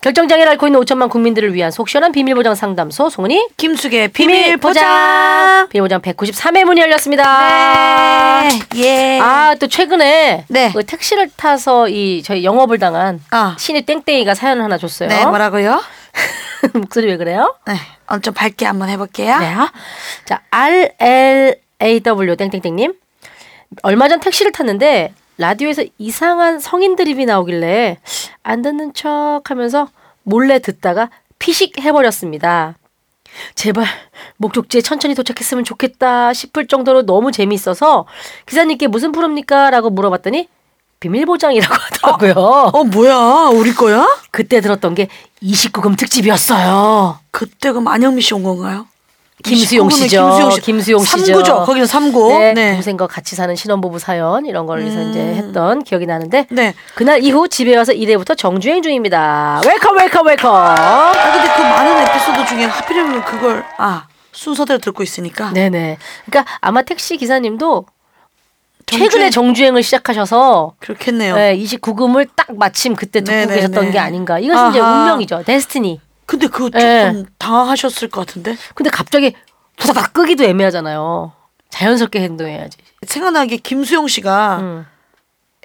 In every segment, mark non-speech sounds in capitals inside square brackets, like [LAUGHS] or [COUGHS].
결정장애를 앓고 있는 5천만 국민들을 위한 속 시원한 비밀보장 상담소 송은이 김숙의 비밀 비밀포장. 비밀보장 193회 문이 열렸습니다. 네. 예. 아 또 최근에 네. 그 택시를 타서 이 저희 영업을 당한 아. 신입 땡땡이가 사연을 하나 줬어요. 네, 뭐라고요? [LAUGHS] 목소리 왜 그래요? 네. 오늘 좀 밝게 한번 해볼게요. 네. 자, RLAW 땡땡땡님. 얼마 전 택시를 탔는데 라디오에서 이상한 성인 드립이 나오길래 안 듣는 척 하면서 몰래 듣다가 피식해버렸습니다. 제발 목적지에 천천히 도착했으면 좋겠다 싶을 정도로 너무 재미있어서 기사님께 무슨 프로입니까? 라고 물어봤더니 비밀보장이라고 [LAUGHS] 하더라고요. 어, 뭐야? 우리 거야? 그때 들었던 게 29금 특집이었어요. 그때 그럼 안영미 씨 온 건가요? 김수용 29금은 씨죠. 김수용 씨. 김수용 씨죠. 삼구죠. 거기는 삼구. 네, 네. 동생과 같이 사는 신혼부부 사연 이런 걸 해서 음. 이제 했던 기억이 나는데 네. 그날 이후 집에 와서 일회부터 정주행 중입니다. 웰컴 웰컴 웰컴. 아, 근데 그 많은 에피소드 중에 하필이면 그걸, 아, 순서대로 듣고 있으니까. 네네. 그러니까 아마 택시 기사님도 정주행- 최근에 정주행을 시작하셔서 그렇겠네요. 네, 29금을 딱 마침 그때 듣고 네네네. 계셨던 게 아닌가. 이것은 이제 아하. 운명이죠. 데스티니. 근데 그거 조금 네. 당황하셨을 것 같은데? 근데 갑자기 부다닥 끄기도 애매하잖아요. 자연스럽게 행동해야지. 생각나게 김수용 씨가 음.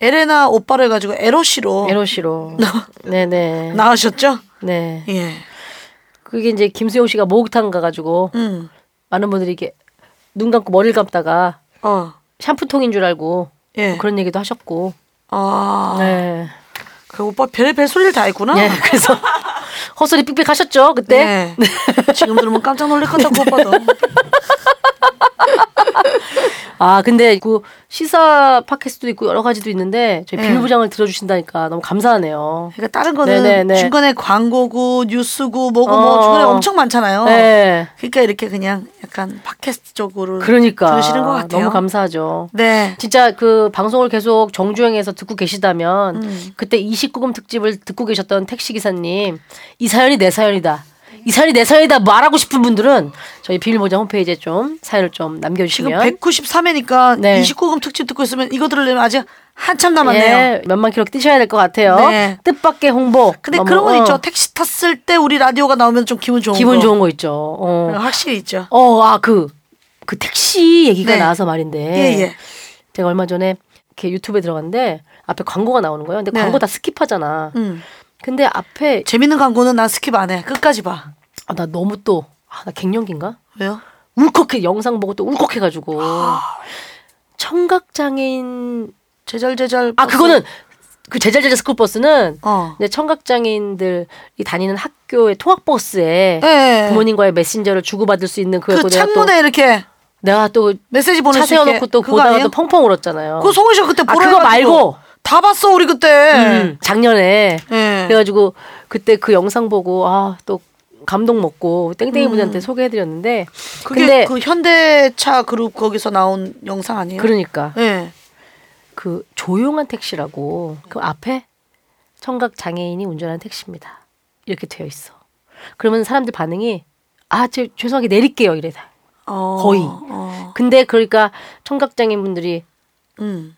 에레나 오빠를 가지고 에로 씨로 에로 [LAUGHS] 씨로. 네네. 어. 나가셨죠? 네. 예. 그게 이제 김수용 씨가 목욕탕 가가지고 음. 많은 분들이 이렇게 눈 감고 머리를 감다가 어. 샴푸통인 줄 알고 예. 뭐 그런 얘기도 하셨고. 아. 네. 그 오빠 별의별 소리를 다 했구나. 네, 그래서 [LAUGHS] 헛소리 삑삑 하셨죠 그때. 네. 지금 들으면 깜짝 놀랄 것 같고 오빠도. 그러니까 아 근데 그 시사 팟캐스트도 있고 여러 가지도 있는데 저희 네. 비밀부장을 들어주신다니까 너무 감사하네요. 그러니까 다른 거는 네네네. 중간에 광고고 뉴스고 뭐고 어. 뭐 중간에 엄청 많잖아요. 네. 그러니까 이렇게 그냥 약간 팟캐스트 쪽으로 그러니까 들으시는 것 같아요. 너무 감사하죠. 네. 진짜 그 방송을 계속 정주행해서 듣고 계시다면 음. 그때 29금 특집을 듣고 계셨던 택시 기사님 이 사연이 내 사연이다. 이 사연이 내 사연이다 말하고 싶은 분들은 저희 비밀보장 홈페이지에 좀 사연을 좀 지금 남겨주시면 193회니까 네. 29금 특집 듣고 있으면 이거 들으려면 아직 한참 남았네요. 예, 몇만 킬로 뛰셔야 될 것 같아요. 네. 뜻밖의 홍보. 근데 너무, 그런 거 어, 있죠. 택시 탔을 때 우리 라디오가 나오면 좀 기분 좋은 기분 거. 좋은 거 있죠. 어, 확실히 있죠. 어, 아, 그, 그 택시 얘기가 네. 나와서 말인데. 예, 예. 제가 얼마 전에 이렇게 유튜브에 들어갔는데 앞에 광고가 나오는 거예요. 근데 네. 광고 다 스킵하잖아. 음. 근데 앞에 재밌는 광고는 난 스킵 안 해. 끝까지 봐. 아, 나 너무 또, 아, 나 갱년기인가? 왜요? 어. 울컥해 영상 보고 또 [GASPS] 울컥해가지고 청각 장애인 제절제절. 아 버스. 그거는 그 제자제자 스쿨 버스는 어. 이제 청각 장애인들이 다니는 학교의 통학 버스에 예. 네. 부모님과의 메신저를 주고받을 수 있는 그 그거 내가 또 창문에 이렇게 내가 또 차 메시지 보낼 수 있게. 세워놓고 또 그거 보다가 아니에요? 또 펑펑 울었잖아요. 그거 송은 씨가 그때 아, 보라 그거 해가지고. 네. 말고. 다 봤어 우리 그때. 음, 작년에 예. 그래가지고 그때 그 영상 보고 아 또 감동 먹고 땡땡이 분한테 소개해드렸는데 음. 그게 근데 그 현대차 그룹 거기서 나온 영상 아니에요? 그러니까 예. 그 조용한 택시라고 음. 그 앞에 청각 장애인이 운전하는 택시입니다. 이렇게 되어 있어. 그러면 사람들 반응이 아, 제 죄송하게 내릴게요 이래. 어, 거의. 어. 근데 그러니까 청각 장애인분들이 음.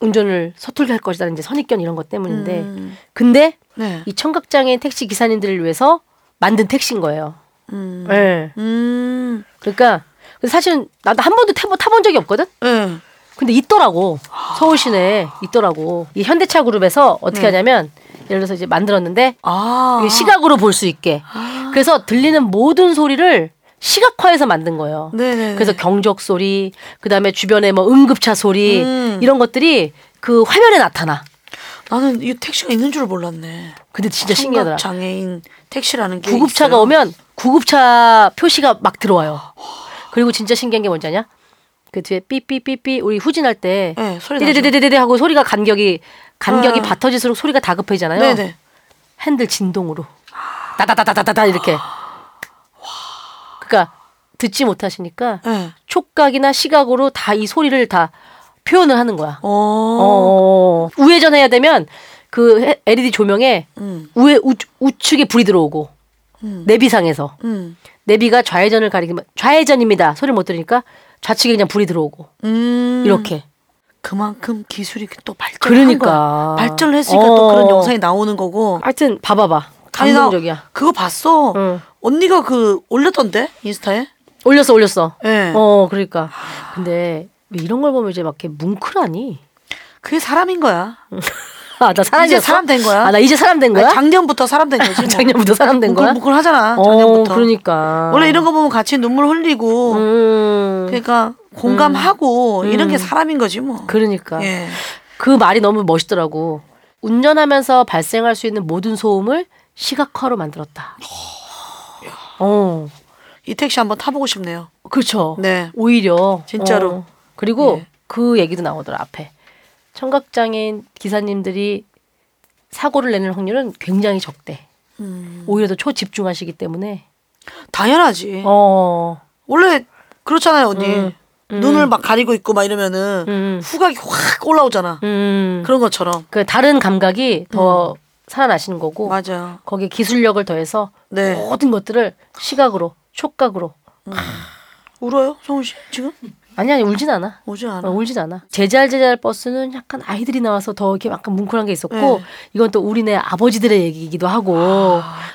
운전을 서툴게 할 것이다 이제 선입견 이런 것 때문인데. 음. 근데 네. 이 청각 장애인 택시 기사님들을 위해서 만든 택시인 거예요. 음. 예. 음. 그러니까 근데 사실은 나도 한 번도 타본, 타본 적이 없거든. 예. 근데 있더라고 서울 시내에 있더라고 이 현대차 그룹에서 어떻게 네. 하냐면 예를 들어서 이제 만들었는데 아. 이게 시각으로 볼 수 있게 그래서 들리는 모든 소리를 시각화해서 만든 거예요. 아. 네네. 그래서 경적 소리, 그다음에 주변에 뭐 응급차 소리 음. 이런 것들이 그 화면에 나타나. 나는 이 택시가 있는 줄 몰랐네. 근데 진짜 신기하더라. 청각 장애인 택시라는 게 구급차가 있어요? 오면 구급차 표시가 막 들어와요. 그리고 진짜 신기한 게 뭔지 아냐? 그 뒤에 삐삐삐삐 우리 후진할 때 네, 소리 나죠. 띠디디디디디 하고 소리가 간격이 간격이 아. 바터질수록 소리가 다급해지잖아요. 네네. 핸들 진동으로 따다다다다다다 이렇게. 그러니까 듣지 못하시니까 네. 촉각이나 시각으로 다 이 소리를 다 표현을 하는 거야. 어. 어. 우회전해야 되면 그 해- LED 조명에 음. 우회 우, 우측에 불이 들어오고 음. 내비상에서 음. 내비가 좌회전을 가리기만 좌회전입니다. 소리 못 들으니까 좌측에 그냥 불이 들어오고 음. 이렇게. 그만큼 기술이 또 발전. 그러니까 발전을 했으니까 또 그런 영상이 나오는 거고. 하여튼 봐봐봐. 아니, 나 감동적이야. 그거 봤어. 응. 언니가 그 올렸던데 인스타에. 올렸어, 올렸어. 예. 어, 그러니까. 근데 왜 이런 걸 보면 이제 막 이렇게 뭉클하니? 그게 사람인 거야. 아, 나 사람 이제 사람 된 거야. 아, 나 이제 사람 된 거야? 아니, 작년부터 사람 된 거지. 뭐. 작년부터 사람 된 거야? 뭉클뭉클 하잖아. 어, 작년부터. 그러니까. 원래 이런 거 보면 같이 눈물 흘리고. 음. 그러니까 공감하고 이런 게 사람인 거지 뭐. 그러니까. 예. 그 말이 너무 멋있더라고. 운전하면서 발생할 수 있는 모든 소음을 시각화로 만들었다. 어, 이 택시 한번 타보고 싶네요. 그렇죠. 네. 오히려 진짜로. 어. 그리고 예. 그 얘기도 나오더라 앞에 청각장애인 기사님들이 사고를 내는 확률은 굉장히 적대. 음. 오히려 더 초집중하시기 때문에. 당연하지. 어, 원래 그렇잖아요 언니. 음. 음. 눈을 막 가리고 있고 막 이러면은 음. 후각이 확 올라오잖아. 음, 그런 것처럼. 음. 그 다른 감각이 더 살아나시는 거고. 맞아요. 거기에 기술력을 더해서 네. 모든 것들을 시각으로 촉각으로 울어요, 성훈 씨? 지금? 아니 아니 울진 않아 오지 어, 않아. 울진 않아 제잘 제잘 버스는 약간 아이들이 나와서 더 이렇게 약간 뭉클한 게 있었고 네. 이건 또 우리네 아버지들의 얘기이기도 하고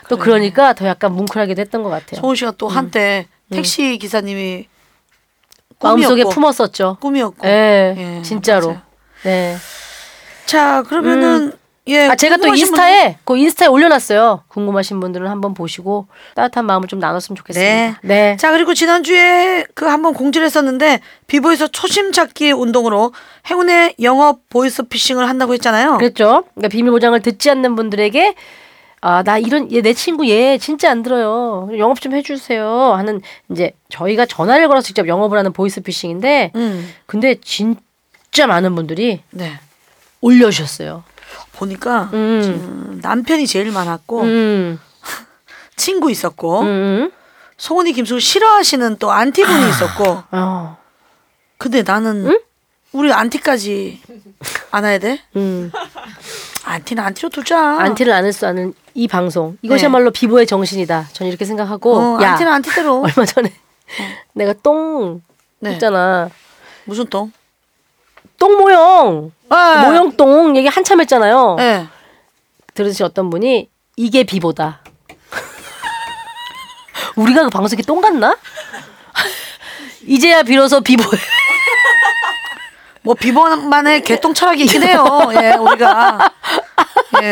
또 아, 그래. 그러니까 더 약간 뭉클하기도 했던 것 같아요 성훈 씨가 또 한때 택시 기사님이 음. 마음속에 꿈이었고, 품었었죠 꿈이었고. 예 예, 진짜로 맞아요. 네. 자 그러면은 예. 아, 제가 또 궁금하신 인스타에 그 인스타에 올려놨어요. 궁금하신 분들은 한번 보시고 따뜻한 마음을 좀 나눴으면 좋겠습니다. 네. 분들. 자 그리고 지난주에 그 한번 공지를 했었는데 비보에서 초심 찾기 운동으로 행운의 영업 보이스 피싱을 한다고 했잖아요. 그랬죠. 그러니까 비밀 보장을 듣지 않는 분들에게 아 나 이런 얘 내 친구 얘 진짜 안 들어요. 영업 좀 해주세요 하는 이제 저희가 전화를 걸어서 직접 영업을 하는 보이스피싱인데 음. 근데 진짜 많은 분들이 네. 올려주셨어요. 보니까 음. 지금 남편이 제일 많았고 음, 친구 있었고 음, 아. 음. 송은이 김숙을 싫어하시는 또 안티분이 있었고 어, 근데 나는 우리 안티까지 안아야 돼? 음. 안티는 안티로 두자. 안티를 안을 수 않은 이 방송 이것이야말로 비보의 정신이다. 저는 이렇게 생각하고 네. 어, 야 안티는 안티대로. [LAUGHS] 얼마 전에 내가 똥 네. 했잖아. 무슨 똥? 똥 모형 예. 뭐 모형 똥 얘기 한참 했잖아요. 예. 들으신 어떤 분이 이게 비보다. [LAUGHS] 우리가 그 방송에 똥 같나? [LAUGHS] 이제야 비로소 비보예요. [LAUGHS] 뭐 비번만의 개똥 철학이 있긴 해요. [LAUGHS] 예, 우리가. 예.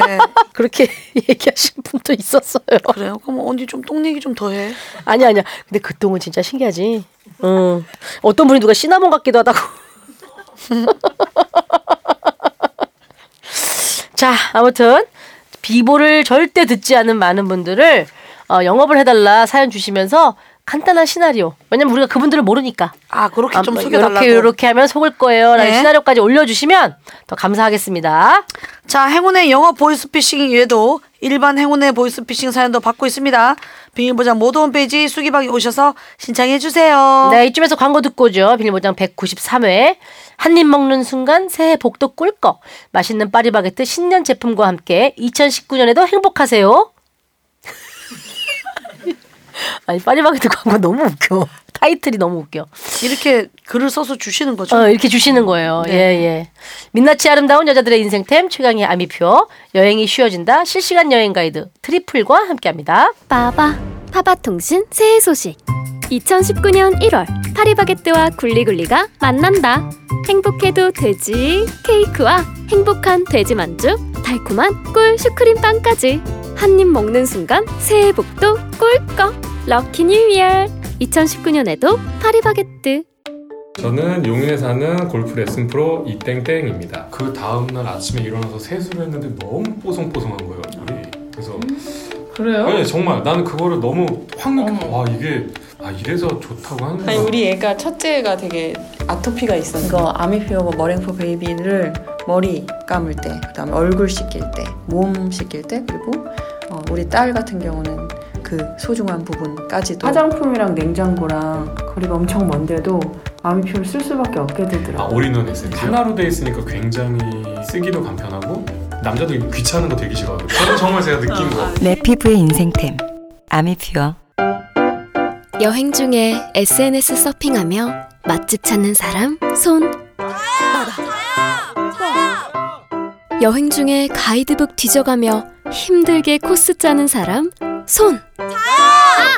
그렇게 [LAUGHS] 얘기하신 분도 있었어요. [LAUGHS] 그래요. 그럼 언니 좀 똥 얘기 좀 더 해. 아니 아니야. 근데 그 똥은 진짜 신기하지. 응. 어떤 분이 누가 시나몬 같기도 하다고. [LAUGHS] 자, 아무튼 비보를 절대 듣지 않은 많은 분들을 어, 영업을 해달라 사연 주시면서 간단한 시나리오. 왜냐면 우리가 그분들을 모르니까. 아, 그렇게 좀 뭐 소개 달라고. 이렇게 이렇게 하면 속을 거예요라는 네. 시나리오까지 올려주시면 더 감사하겠습니다. 자, 행운의 영어 보이스피싱 외에도 일반 행운의 보이스피싱 사연도 받고 있습니다. 비밀보장 모두 홈페이지 수기방에 오셔서 신청해 주세요. 네 이쯤에서 광고 듣고 오죠. 비밀보장 193회 한 입 먹는 순간 새해 복도 꿀꺽 맛있는 파리바게트 신년 제품과 함께 2019년에도 행복하세요. [LAUGHS] 아니 파리바게트 광고 너무 웃겨. 타이틀이 너무 웃겨. 이렇게 글을 써서 주시는 거죠. 어, 이렇게 주시는 거예요. 네. 예, 예. 민낯이 아름다운 여자들의 인생템 최강의 아미표 여행이 쉬워진다 실시간 여행 가이드 트리플과 함께합니다. 빠바 파바통신 새해 소식 2019년 1월 파리바게뜨와 굴리굴리가 만난다 행복해도 돼지 케이크와 행복한 돼지 만두 달콤한 꿀 슈크림 빵까지 한 입 먹는 순간 새해 복도 꿀꺽 럭키 뉴 이어 2019년에도 파리바게뜨 저는 용인에 사는 골프 레슨 프로 이땡땡입니다. 그 다음날 아침에 일어나서 세수를 했는데 너무 뽀송뽀송한 거예요. 물이. 그래서 그래요? 네, 정말 나는 그거를 너무 확 느껴. 와 이게 아 이래서 좋다고 하는 아니 거야. 우리 애가 첫째가 되게 아토피가 있었는데 이거 아미피오버 머랭포 베이비를 머리 감을 때 그다음에 얼굴 씻길 때 몸 씻길 때 그리고 어, 우리 딸 같은 경우는 그 소중한 부분까지도 화장품이랑 냉장고랑 거리가 엄청 먼데도 마미표를 쓸 수밖에 없게 되더라고요. 아 올인원 에센스 하나로 돼 있으니까 굉장히 쓰기도 간편하고 남자도 귀찮은 거 되게 싫어하고 저는 정말 제가 느낀 거. 내 피부의 인생템 아미퓨어 여행 중에 SNS 서핑하며 맛집 찾는 사람 손 여행 중에 가이드북 뒤져가며 힘들게 코스 짜는 사람 손. 아!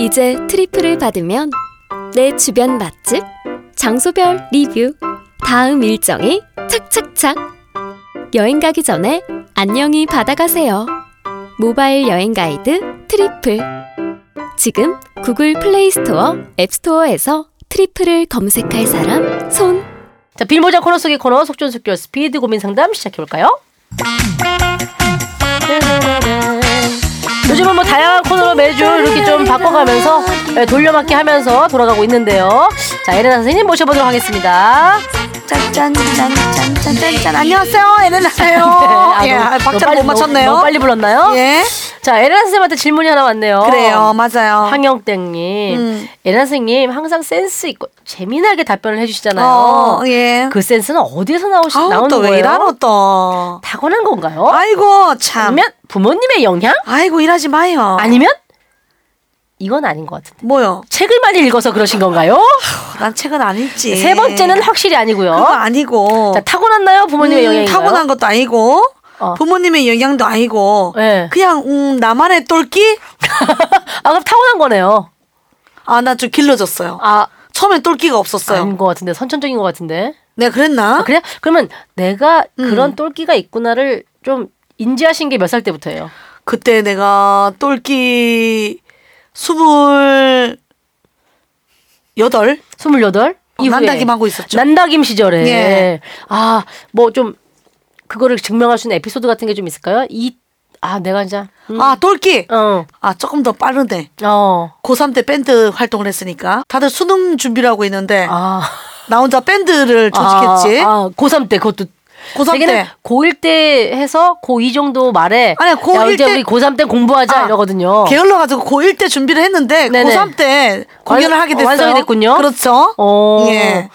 이제 트리플을 받으면 내 주변 맛집, 장소별 리뷰, 다음 일정이 착착착. 여행 가기 전에 안녕히 받아가세요. 모바일 여행 가이드 트리플. 지금 구글 플레이 스토어, 앱 스토어에서 트리플을 검색할 사람 손. 자, 빌모자 코너 속의 코너 속전속결 스피드 고민 상담 시작해 볼까요? 요즘은 뭐 다양한 코너로 매주 이렇게 좀 바꿔가면서 예, 돌려막기 하면서 돌아가고 있는데요. 자, 에레나 선생님 모셔보도록 하겠습니다. 짠짠짠짠짠짠 안녕하세요 [LAUGHS] 에레나예요 아, 예, 너무- 아, 너무 박자를 빨리- 못 맞췄네요 너무, 너무 빨리 불렀나요? 예 자, 에레나 선생님한테 질문이 하나 왔네요. 그래요 맞아요 황영땡님, 음. 에레나 선생님 항상 센스 있고 재미나게 답변을 해주시잖아요. 예. 그 센스는 어디에서 나오시 아우 나오는 또 왜 거예요? 이러노 또 타고난 건가요? 아이고 참 아니면 부모님의 영향? 아이고 일하지 마요 아니면 이건 아닌 것 같은데 뭐요 책을 많이 읽어서 그러신 건가요? 난 책은 안 읽지 세 번째는 확실히 아, 네. 그거 아니고요. 아니고 어. 자 타고났나요 부모님의 음, 영향인가요? 타고난 것도 아니고 어. 부모님의 영향도 아니고 예. 그냥 음, 나만의 똘끼 아 그럼 타고난 거네요. 아 나 좀 길러졌어요 아 처음엔 똘끼가 없었어요 아닌 것 같은데 선천적인 것 같은데. 내가 그랬나 아, 그래? 그러면 내가 음. 그런 똘끼가 있구나를 좀 인지하신 게 몇 살 때부터예요? 그때 내가 똘끼 스물 여덟 28 이후에 어, 난다김 하고 있었죠. 난다김 시절에 예. 아 뭐 좀 그거를 증명할 수 있는 에피소드 같은 게 좀 있을까요? 이 아 내가 진짜 음, 아 똘끼 어. 아 조금 더 빠르네 어. 고3 때 밴드 활동을 했으니까 다들 수능 준비를 하고 있는데 아. 나 혼자 밴드를 조직했지 아, 아, 고3 때 그것도 고3 되게는 때. 고1 때 해서 고2 정도 말에 아니, 고1 야, 이제 때- 우리 고3 때 공부하자 아, 이러거든요. 게을러가지고 고1 때 준비를 했는데 어. 네네. 고3 때 공연을 완- 하게 됐어요 완성이 됐군요. 그렇죠 어. 예.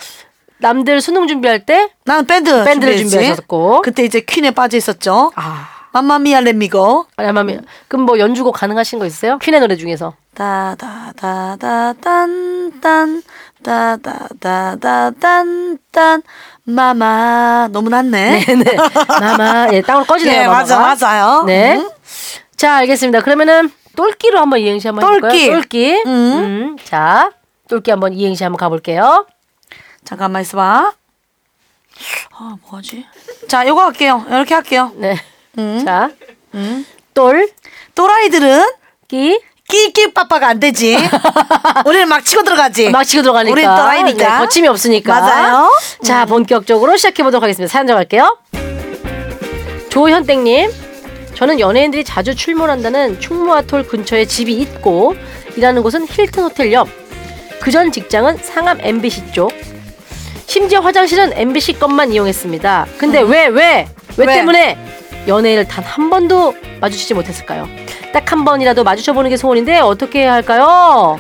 남들 수능 준비할 때 나는 밴드 밴드를 준비했지. 준비하셨고. 그때 이제 퀸에 빠져 있었죠 아. 맘마미아 레미고 아니, 그럼 뭐 연주곡 가능하신 거 있어요? 퀸의 노래 [LAUGHS] 중에서. 따다다다단딴 따다다다단딴 마마 너무 낮네. 네. 마마. 예, 땅으로 꺼지네요. [LAUGHS] 예, 마마가. 맞아, 맞아요. 네. 음. 자, 알겠습니다. 그러면은 똘끼로 한번 이행시 한번 해 볼까요? 똘끼. 똘끼. 음. 자, 똘끼 한번 이행시 한번 가 볼게요. 잠깐만 있어봐. 아 뭐지? 자 요거 할게요. 이렇게 할게요. 네. 음. 자. 똘 또라이들은 끼. 끼끼 빠빠가 안 [LAUGHS] 되지. 우리는 막 치고 들어가지. 막 치고 들어가니까. 우린 네, 또라이니까. 거침이 없으니까. 맞아요. 음. 자, 본격적으로 시작해 보도록 하겠습니다. 사연 정할게요. 조현땡님, 저는 연예인들이 자주 출몰한다는 충무아톨 근처에 집이 있고 일하는 곳은 힐튼 호텔 옆. 그 전 직장은 상암 MBC 쪽. 심지어 화장실은 MBC 것만 이용했습니다. 근데 왜, 왜, 왜, 음. 왜? 때문에 연예인을 단 한 번도 마주치지 못했을까요? 딱 한 번이라도 마주쳐보는 게 소원인데 어떻게 해야 할까요?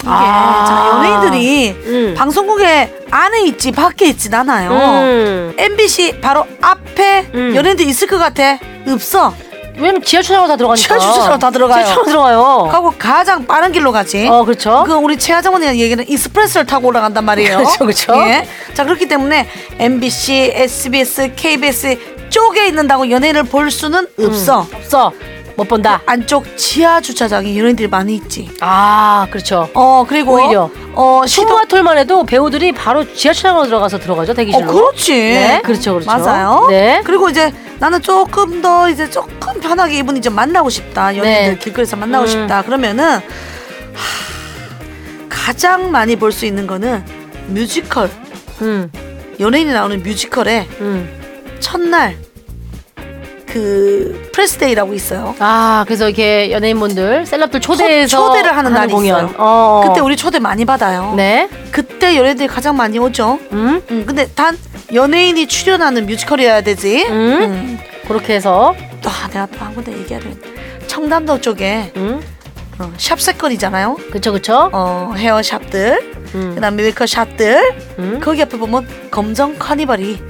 이게 아. 자, 연예인들이 음. 방송국에 안에 있지 밖에 있진 않아요. 음. MBC 바로 앞에 음. 연예인들 있을 것 같아? 없어. 왜냐면 지하 주차장으로 다 들어가니까. 지하 주차장으로 다 들어가요. 지하 주차장으로 들어가요. 하고 가장 빠른 길로 가지. 어, 그렇죠. 그 우리 최하정 언니가 얘기는 익스프레스를 타고 올라간단 말이에요. 그렇죠, [LAUGHS] 그렇죠. 예. 자 그렇기 때문에 MBC, SBS, KBS 쪽에 있는다고 연예인을 볼 수는 없어. 없어. 못 본다. 안쪽 지하 주차장에 연예인들이 많이 있지. 아, 그렇죠. 어 그리고 오히려. 어 시도 충무아톨만 해도 배우들이 바로 지하 주차장으로 들어가서 들어가죠, 어 대기실로. 그렇지. 네, 그렇죠, 그렇죠. 맞아요. 네. 그리고 이제 나는 조금 더 이제 조금 편하게 이분이 좀 만나고 싶다. 연예인들 네. 길거리에서 만나고 음. 싶다. 그러면은 하, 가장 많이 볼 수 있는 거는 뮤지컬 음, 연예인이 나오는 뮤지컬에 음. 첫날 그 프레스데이라고 있어요. 아, 그래서 이렇게 연예인분들, 셀럽들 초대해서 초- 초대를 하는 날이 공연. 있어요. 어. 그때 우리 초대 많이 받아요. 네. 그때 연예인들이 가장 많이 오죠. 음. 음, 근데 단 연예인이 출연하는 뮤지컬이어야 되지. 음. 음. 그렇게 해서 또 아, 내가 또 한 군데 얘기해야 되 청담동 쪽에 음. 어, 샵 세건이잖아요. 그쵸 그쵸. 어, 헤어샵들, 음. 그다음 메이크업 샵들. 음. 거기 앞에 보면 검정 카니발이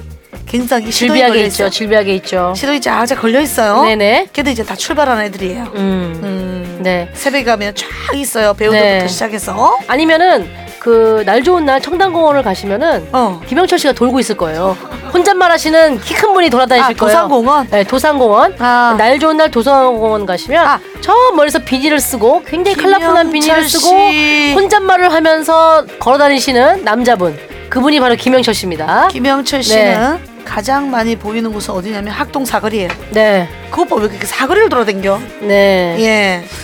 굉장히 시도에 질비하게 걸려 있죠. 있어요. 질비하게 있죠. 시도에 쫙쫙 걸려 있어요. 네네. 걔들 이제 다 출발한 애들이에요. 음. 음. 네. 새벽에 가면 쫙 있어요. 배우들부터 네. 시작해서. 아니면은 그 날 좋은 날 청담공원을 가시면은 어. 김영철 씨가 돌고 있을 거예요. 혼잣말 하시는 키 큰 분이 돌아다니실 아, 거예요. 도산공원? 네, 도산공원. 아. 날 좋은 날 도산공원 가시면 아. 저 멀리서 비닐을 쓰고 굉장히 컬러풀한 비닐을 김영철 쓰고 씨. 혼잣말을 하면서 걸어다니시는 남자분. 그분이 바로 김영철 씨입니다. 김영철 씨는 가장 많이 보이는 곳은 어디냐면 학동 사거리예요. 네. 그것 봐왜 이렇게 사거리를 돌아댕겨? 네.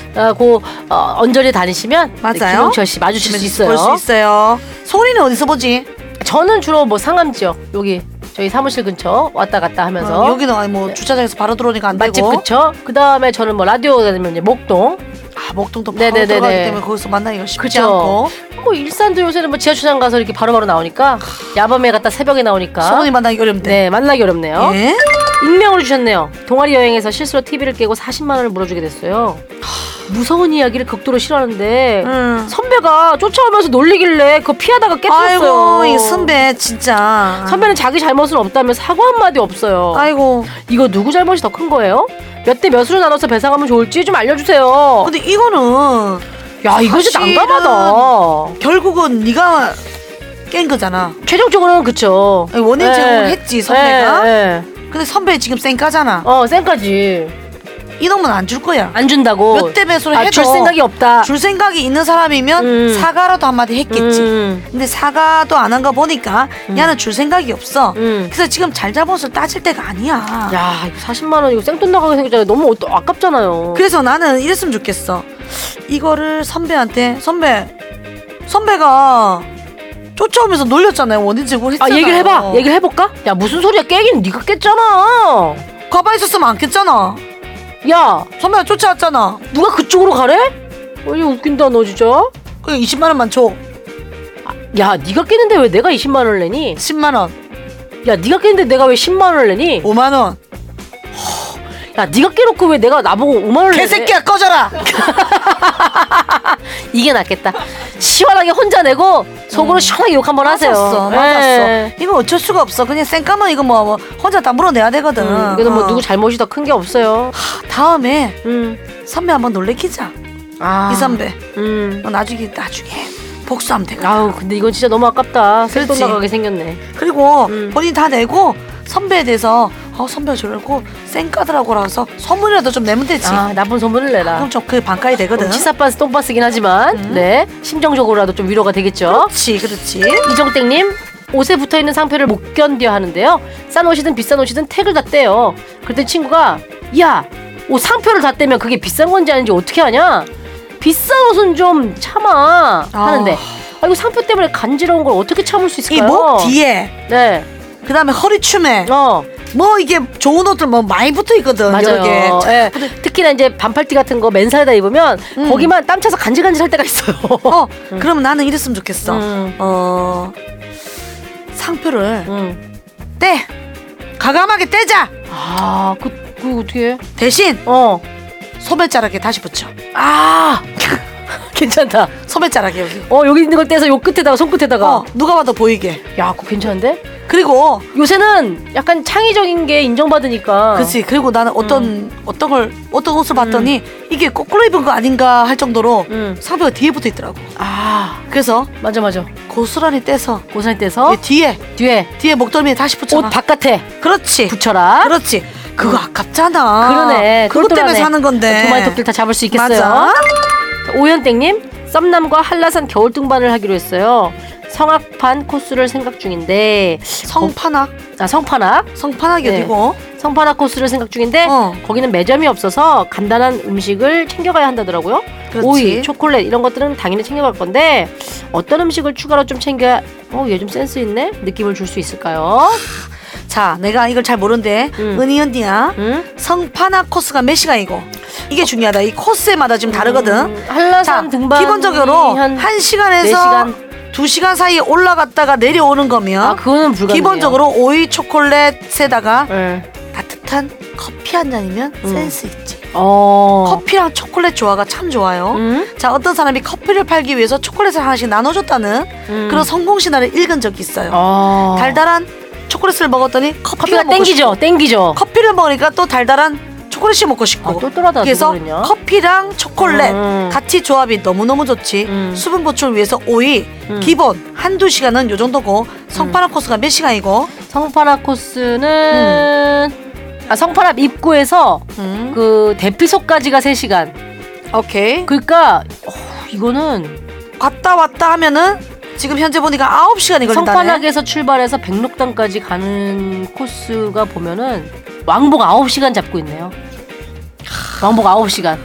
예, 아, 그 어, 언저리 다니시면 맞아요. 김영철 씨 마주칠 수 있어요. 볼수 있어요. 소리는 어디서 보지? 저는 주로 뭐 상암 지역 여기 저희 사무실 근처 왔다 갔다 하면서 네. 어, 여기는 뭐? 아니 뭐 주차장에서 바로 들어오니까 안 맛집 되고. 그쵸? 그 다음에 저는 뭐 라디오 다니면 이제 목동 아, 목동도 바로 네네네네. 들어가기 때문에 거기서 만나기가 쉽지 그쵸. 않고. 뭐 일산도 요새는 뭐 지하철장 가서 이렇게 바로바로 나오니까 야밤에 갔다 새벽에 나오니까 소문이 만나기 어렵대. 네 만나기 어렵네요. 예? 익명을 주셨네요. 동아리 여행에서 실수로 TV를 깨고 40만 원을 물어주게 됐어요. 무서운 이야기를 극도로 싫어하는데 음. 선배가 쫓아오면서 놀리길래 그거 피하다가 깨뜨렸어요. 아이고 이 선배 진짜. 선배는 자기 잘못은 없다며 사과 한마디 없어요. 아이고. 이거 누구 잘못이 더 큰 거예요? 몇 대 몇으로 나눠서 배상하면 좋을지 좀 알려주세요. 근데 이거는 야 이거 진짜 그 사실은- 난감하다. 결국은 네가 깬 거잖아. 최종적으로는 그쵸. 아니, 원인 제공을 예. 했지 선배가. 예, 예. 근데 선배 지금 쌩까잖아. 어 쌩까지 이놈은 안 줄 거야. 안 준다고. 몇 대 배수를 해도 아, 줄 생각이 없다. 줄 생각이 있는 사람이면 음. 사과라도 한마디 했겠지. 음, 근데 사과도 안 한 거 보니까 야는 줄 생각이 없어. 음. 그래서 지금 잘 잡아서 따질 때가 아니야. 야 이거 40만 원 이거 생돈 나가게 생겼잖아요. 너무 어떠- 아깝잖아요. 그래서 나는 이랬으면 좋겠어. 이거를 선배한테 선배 선배가 쫓아오면서 놀렸잖아요. 원인 제공을 아 했잖아. 얘기를 해봐. 얘기를 해볼까? 야 무슨 소리야 깨긴 네가 깼잖아. 가만히 있었으면 안 깼잖아. 야 선배가 쫓아왔잖아. 누가 그쪽으로 가래? 어, 이거 웃긴다 너 진짜. 그냥 20만 원만 줘. 야 네가 깼는데 왜 내가 20만 원을 내니? 10만 원, 야 네가 깼는데 내가 왜 10만 원을 내니? 5만 원. 야 네가 깨놓고 왜 내가 나보고 5만 원을 내니? 개새끼야 꺼져라. 이게 낫겠다. 시원하게 혼자 내고 속으로 시원하게 욕 한번 하세요. 맞았어, 예. 맞았어. 이거 어쩔 수가 없어. 그냥 쌩까면 이거 뭐, 뭐 혼자 다 물어내야 되거든. 음, 그래도 뭐 어. 누구 잘못이 더 큰 게 없어요. 다음에 음. 선배 한번 놀래키자. 아. 이 선배. 음. 너 나중에 나중에 복수하면 되거든. 아우 근데 이건 진짜 너무 아깝다. 쓸돈 그렇지. 나가게 생겼네. 그리고 음. 본인 다 내고 선배에 대해서 어 선배가 저러고 쌩까더라고 라서 선물이라도 좀 내면 되지 아 어, 나쁜 소문을 내라. 그럼 좀 그게 반가이 되거든 음. 치사빠스 똥빠스긴 하지만 네 심정적으로라도 좀 위로가 되겠죠. 그렇지 그렇지 이정땡님 옷에 붙어 있는 상표를 못 견뎌 하는데요. 싼 옷이든 비싼 옷이든 택을 다 떼요. 그랬더니 친구가 야, 옷 상표를 다 떼면 그게 비싼 건지 아닌지 어떻게 하냐? 비싼 옷은 좀 참아 하는데 아 이거 상표 때문에 간지러운 걸 어떻게 참을 수 있을까요? 이 목 뭐? 뒤에 네, 그 다음에 허리춤에 어 뭐 이게 좋은 옷들 뭐 많이 붙어있거든 여러 개 맞아요. 자, 예. 특히나 이제 반팔티 같은 거 맨살에다 입으면 거기만 땀 차서 간질간질할 때가 음. 있어요. [LAUGHS] 어 그럼 나는 이랬으면 좋겠어 음. 어 상표를 음. 떼 가감하게 떼자 아, 그, 그 어떻게 해? 대신 어, 소매자락에 다시 붙여 아, [LAUGHS] 괜찮다. 소매자락에 여기 어 여기 있는 걸 떼서 요 끝에다가 손끝에다가 어 누가 봐도 보이게 야 그거 괜찮은데 그리고 요새는 약간 창의적인 게 인정받으니까 그치 그리고 나는 어떤 음. 어떤 걸 어떤 옷을 봤더니 이게 거꾸로 입은 거 아닌가 할 정도로 음. 상표가 뒤에 붙어 있더라고 아 그래서 맞아 맞아 고스란히 떼서 고사리 떼서 이 뒤에 뒤에 뒤에 목덜미에 다시 붙여놔 어? 옷 바깥에 그렇지 붙여라 어. 그렇지 그거 아깝잖아 그러네 그것 때문에 똘똘하네. 사는 건데 두 마리 토끼를 다 잡을 수 있겠어요 맞아 오현땡님 썸남과 한라산 겨울 등반을 하기로 했어요 성악판 코스를 생각 중인데 성판악 아 성판악 성판악이 네. 어디고 성판악 코스를 생각 중인데 어 거기는 매점이 없어서 간단한 음식을 챙겨가야 한다더라고요 그렇지 오이, 초콜릿 이런 것들은 당연히 챙겨갈 건데 어떤 음식을 추가로 좀 챙겨 어, 얘 좀 센스 있네 느낌을 줄 수 있을까요? 자 내가 이걸 잘 모르는데 음. 은희 언니야 응? 성판악 코스가 몇 시간이고 이게 중요하다 이 코스마다 지금 다르거든 음, 한라산 등반 기본적으로 한 한시간에 네 서 시간 두시간 사이에 올라갔다가 내려오는 거면 아 그거는 불가능해요. 기본적으로 오이 초콜릿에다가 예. 따뜻한 커피 한 잔이면 음. 센스 있지. 어. 커피랑 초콜릿 조화가 참 좋아요. 음? 자, 어떤 사람이 커피를 팔기 위해서 초콜릿을 하나씩 나눠줬다는 음. 그런 성공 신화를 읽은 적이 있어요. 어. 달달한 초콜릿을 먹었더니 커피가, 커피가 먹고 땡기죠. 싶고 땡기죠. 커피를 먹으니까 또 달달한 초콜릿 초콜릿이 먹고 싶고. 아, 똘똘하다, 그래서 누구는요? 커피랑 초콜릿 음. 같이 조합이 너무너무 좋지. 음. 수분 보충을 위해서 오이 기본 한두 시간은 요 정도고 음. 성파라 코스가 몇 시간이고? 성파라 코스는 아 성파라 입구에서 음. 그 대피소까지가 3시간. 오케이. 그러니까 어, 이거는 왔다 왔다 하면은 지금 현재 보니까 아홉 시간이 걸린다네. 성판악에서 출발해서 백록당까지 가는 코스가 보면은 왕복 9시간 잡고 있네요. 왕복 9시간.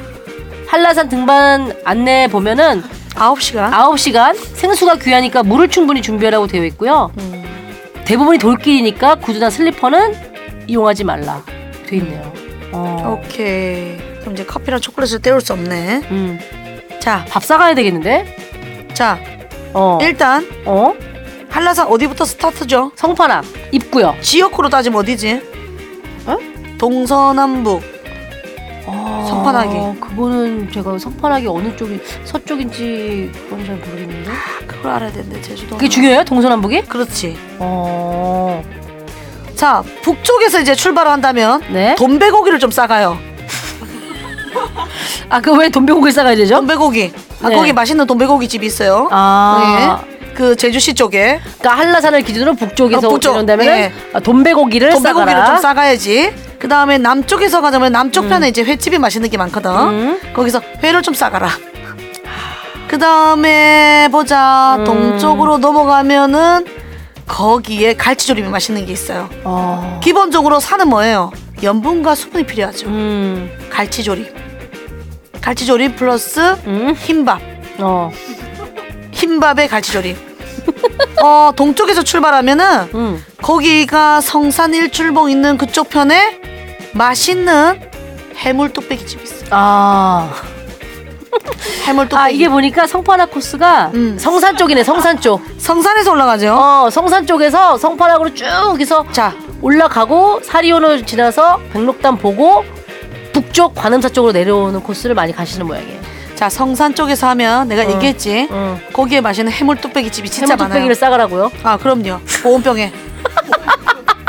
한라산 등반 안내 보면은 아홉 시간. 9시간 생수가 귀하니까 물을 충분히 준비하라고 되어 있고요. 대부분이 돌길이니까 구두나 슬리퍼는 이용하지 말라 되어 있네요. 어. 오케이. 그럼 이제 커피랑 초콜릿을 때울 수 없네. 음. 자, 밥 사가야 되겠는데? 자, 어. 일단 어? 한라산 어디부터 스타트죠? 성판악 입구요. 지역으로 따지면 어디지? 동서남북. 아, 성판하기. 그거는 제가 성판하기 어느 쪽이 서쪽인지 그건 잘 모르겠는데. 그걸 알아야 되는데 제주도. 그게 중요해요? 동서남북이? 그렇지. 어. 자, 북쪽에서 이제 출발을 한다면 네. 돈베고기를 좀 싸가요. 아, 그 왜 돈병국을 싸가야 되죠? 돈베고기. 아, 네. 거기 맛있는 돈베고기 집이 있어요. 아. 네. 그 제주시 쪽에 그러니까 한라산을 기준으로 북쪽에서 어, 북쪽. 이런다면은 예. 아, 돈베고기를 돈베고기를 싸가라. 좀 싸가야지. 그 다음에 남쪽에서 가자면 남쪽 편에 이제 횟집이 맛있는 게 많거든. 음. 거기서 회를 좀 싸가라. 그 다음에 보자 동쪽으로 넘어가면은 거기에 갈치조림이 맛있는 게 있어요. 어. 기본적으로 산은 뭐예요? 염분과 수분이 필요하죠. 음. 갈치조림, 갈치조림 플러스 음. 흰밥, 어. 흰밥에 갈치조림. [LAUGHS] 어 동쪽에서 출발하면은 음. 거기가 성산 일출봉 있는 그쪽 편에 맛있는 해물 뚝배기 집 있어. 아. 해물 뚝배기. 아, 이게 보니까 성판악 코스가 음. 성산 쪽이네, 성산 쪽. 성산에서 올라가죠. 어, 성산 쪽에서 성판악으로 쭉 해서 자, 올라가고 사리온을 지나서 백록담 보고 북쪽 관음사 쪽으로 내려오는 코스를 많이 가시는 모양이에요. 자 성산 쪽에서 하면 내가 얘기했지. 응. 거기에 마시는 해물 뚝배기 집이 진짜 어. 해물 뚝배기를 많아요. 싸가라고요. 아 그럼요. 보온병에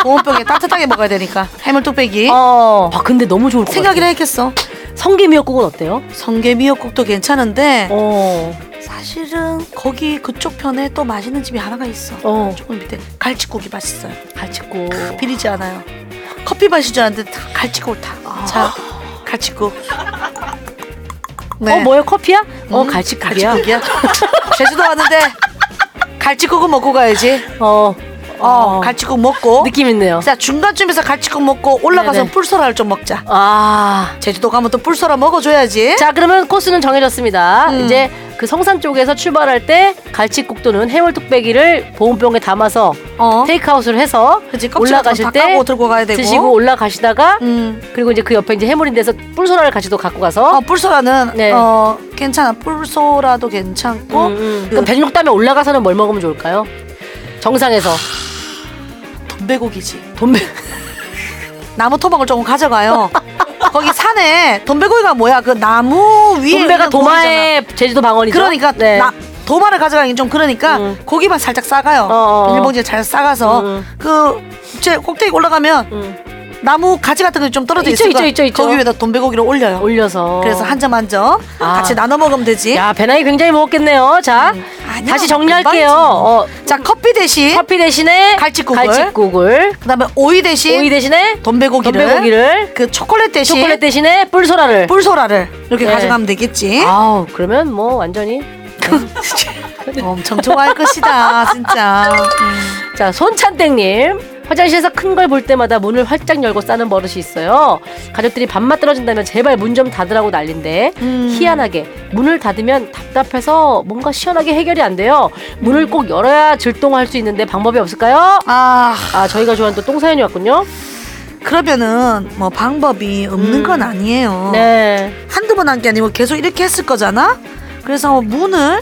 보온병에 따뜻하게 먹어야 되니까 해물 뚝배기. 어. 아 근데 너무 좋을 것 생각이라 같아요. 했겠어. 성게 미역국은 어때요? 성게 미역국도 괜찮은데 어. 사실은 거기 그쪽 편에 또 맛있는 집이 하나가 있어. 어. 조금 밑에 갈치국이 맛있어요. 갈치고. 비리지 않아요. 커피 마시지 않는데 다 갈치국을 타. 아. 자, 갈치국. 네. 어 뭐야 커피야? 어 음, 갈치국이야. 갈치국이야. [LAUGHS] 제주도 왔는데 갈치국은 먹고 가야지. 어. 어, 어. 갈치국 먹고. 느낌 있네요. 자 중간쯤에서 갈치국 먹고 올라가서 네네. 뿔소라를 좀 먹자. 아. 제주도 가면 또 뿔소라 먹어줘야지. 자 그러면 코스는 정해졌습니다. 음. 이제 그 성산 쪽에서 출발할 때 갈치국 또는 해물 뚝배기를 보온병에 담아서 어. 테이크아웃을 해서 그치 껍질 같은 올라가실 거다 때 까고 들고 가야 되고. 드시고 올라가시다가 음. 그리고 이제 그 옆에 이제 해물인데서 뿔소라를 같이 또 갖고 가서 어 뿔소라는 네. 어 괜찮아 뿔소라도 괜찮고 음, 음. 그 그럼 백록담에 올라가서는 뭘 먹으면 좋을까요? 정상에서 돈배고기지. 돈배 나무 토막을 조금 가져가요. [LAUGHS] 거기 산에 돈배고기가 뭐야? 그 나무 돈배가 위에 있는 고기잖아. 도마의 제주도 방언이죠. 그러니까 네. 나, 도마를 가져가긴 좀 그러니까 음. 고기만 살짝 싸가요. 어, 어. 비닐봉지에 잘 싸가서 음. 그제 꼭대기 올라가면 음. 나무 가지 같은 게 좀 떨어져 있죠, 있을 거야. 있죠, 있죠, 있죠. 거기 위에다 돈배고기를 올려요. 올려서 그래서 한 점 한 점 아. 같이 나눠 먹으면 되지. 야 배낭이 굉장히 무겁겠네요. 자 아니야, 다시 정리할게요. 음. 금방이지. 어, 자 커피 대신 커피 대신에 갈치국을. 예? 갈치국을, 그다음에 오이 대신 오이 대신에 돈배고기를, 돈배고기를 그 초콜릿 대신 초콜릿 대신에 뿔소라를 뿔소라를 이렇게 네. 가져가면 되겠지. 아우 그러면 뭐 완전히 엄청 좋아할 것이다 진짜. 음. 자, 손찬땡님. 화장실에서 큰 걸 볼 때마다 문을 활짝 열고 싸는 버릇이 있어요. 가족들이 밥맛 떨어진다면 제발 문 좀 닫으라고 난린데 음. 희한하게 문을 닫으면 답답해서 뭔가 시원하게 해결이 안 돼요. 문을 음. 꼭 열어야 질동할 수 있는데 방법이 없을까요? 아 아, 저희가 좋아하는 또 똥사연이 왔군요. 그러면은 뭐 방법이 없는 음. 건 아니에요. 네. 한두 번 한 게 아니고 계속 이렇게 했을 거잖아. 그래서 문을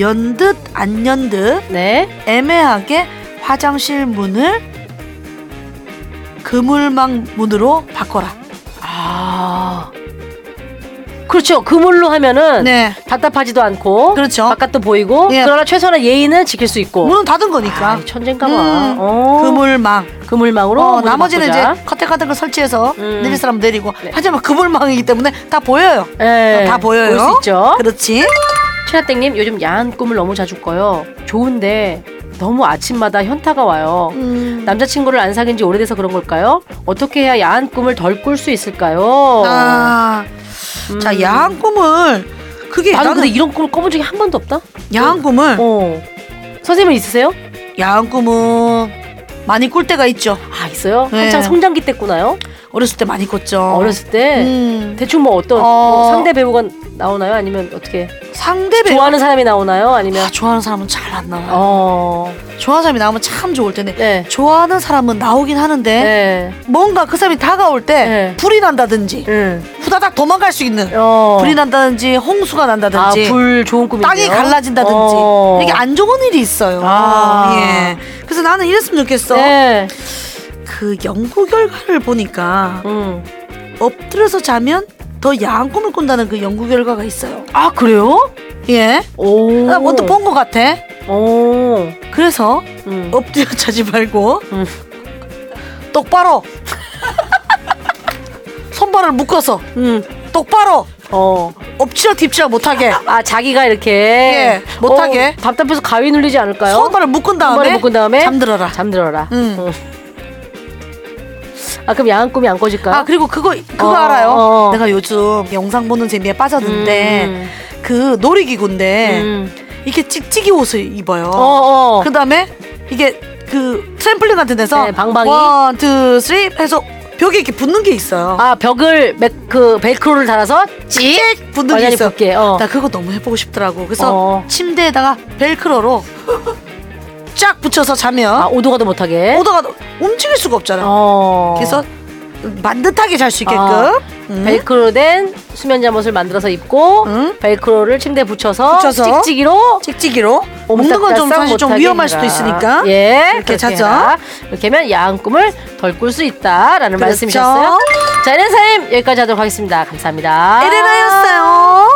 연듯 안 연듯 네. 애매하게 화장실 문을 그물망 문으로 바꿔라. 아. 그렇죠. 그물로 하면은 네. 답답하지도 않고 그렇죠. 바깥도 보이고 예. 그러나 최소한의 예의는 지킬 수 있고. 문은 닫은 거니까. 아, 천재인가봐. 어. 음, 그물망. 그물망으로 어, 문을 나머지는 바꾸자. 이제 커튼 같은 걸 설치해서 음. 내릴 사람 내리고. 하지만 그물망이기 때문에 다 보여요. 예. 어, 다 보여요. 볼수 있죠. 그렇지. 최나땡님 요즘 야한 꿈을 너무 자주 꿔요. 좋은데 너무 아침마다 현타가 와요. 음. 남자친구를 안 사귄 지 오래돼서 그런 걸까요? 어떻게 해야 야한 꿈을 덜 꿀 수 있을까요? 아, 음. 자 야한 꿈을 그게 나는 나는 근데 이런 꿈을 꿔본 적이 한 번도 없다. 야한 꿈을 어. 선생님은 있으세요? 야한 꿈은 많이 꿀 때가 있죠. 아 있어요. 네. 한창 성장기 때 꾸나요? 어렸을 때 많이 꿨죠. 어렸을 때 음, 대충 뭐 어떤 어. 뭐 상대 배우가 나오나요? 아니면 어떻게 상대 배우 좋아하는 사람이 나오나요? 아니면 아, 좋아하는 사람은 잘 안 나와. 요 어, 좋아하는 사람이 나오면 참 좋을 텐데 네, 좋아하는 사람은 나오긴 하는데 네, 뭔가 그 사람이 다가올 때 네. 불이 난다든지 응, 후다닥 도망갈 수 있는 어, 불이 난다든지 홍수가 난다든지 아불 좋은 꿈이네요. 땅이 갈라진다든지 어. 이게 안 좋은 일이 있어요. 아. 예. 그래서 나는 이랬으면 좋겠어. 네, 그 연구 결과를 보니까 음. 엎드려서 자면 더 야한 꿈을 꾼다는 그 연구 결과가 있어요. 아 그래요? 예. 오, 나 뭔가 본것 같아. 오, 그래서 음. 엎드려 자지 말고 음. 똑바로 손발을 묶어서 음, 똑바로 어, 엎치락 뒤치락 못하게 아 자기가 이렇게 예, 못하게. 어, 답답해서 가위 눌리지 않을까요? 손발을 묶은 손발을 다음에, 묶은 다음에 잠들어라. 잠들어라. 음. 어. 아 그럼 야한 꿈이 안 꺼질까요? 아 그리고 그거 그거 어, 알아요? 어. 내가 요즘 영상 보는 재미에 빠졌는데 음. 그 놀이기구인데 음. 이렇게 찍찍이 옷을 입어요. 어, 어. 그 다음에 이게 그 트램플린 같은 데서 네, 방방이. 원, 투, 쓰리 해서 벽에 이렇게 붙는 게 있어요. 아 벽을 맥, 그 벨크로를 달아서 찍 붙는 게 완전히 있어요. 붙게, 어. 나 그거 너무 해보고 싶더라고. 그래서 어. 침대에다가 벨크로로 쫙 붙여서 자면 아 오도가도 못하게. 오다가 움직일 수가 없잖아. 어. 그래서 만듯하게 잘 수 있게끔 아. 음. 벨크로 된 수면 잠옷을 만들어서 입고 응? 벨크로를 침대에 붙여서, 붙여서 찍찍이로 찍찍이로 묶는 건 좀 오목닥달싹 사실 좀 못하게 위험할 수도 해라. 있으니까 예 이렇게 그렇게 자죠. 해라. 이렇게 하면 야한 꿈을 덜 꿀 수 있다라는 그렇죠. 말씀이셨어요 자 이래사님 여기까지 하도록 하겠습니다 감사합니다 아. 에레나였어요.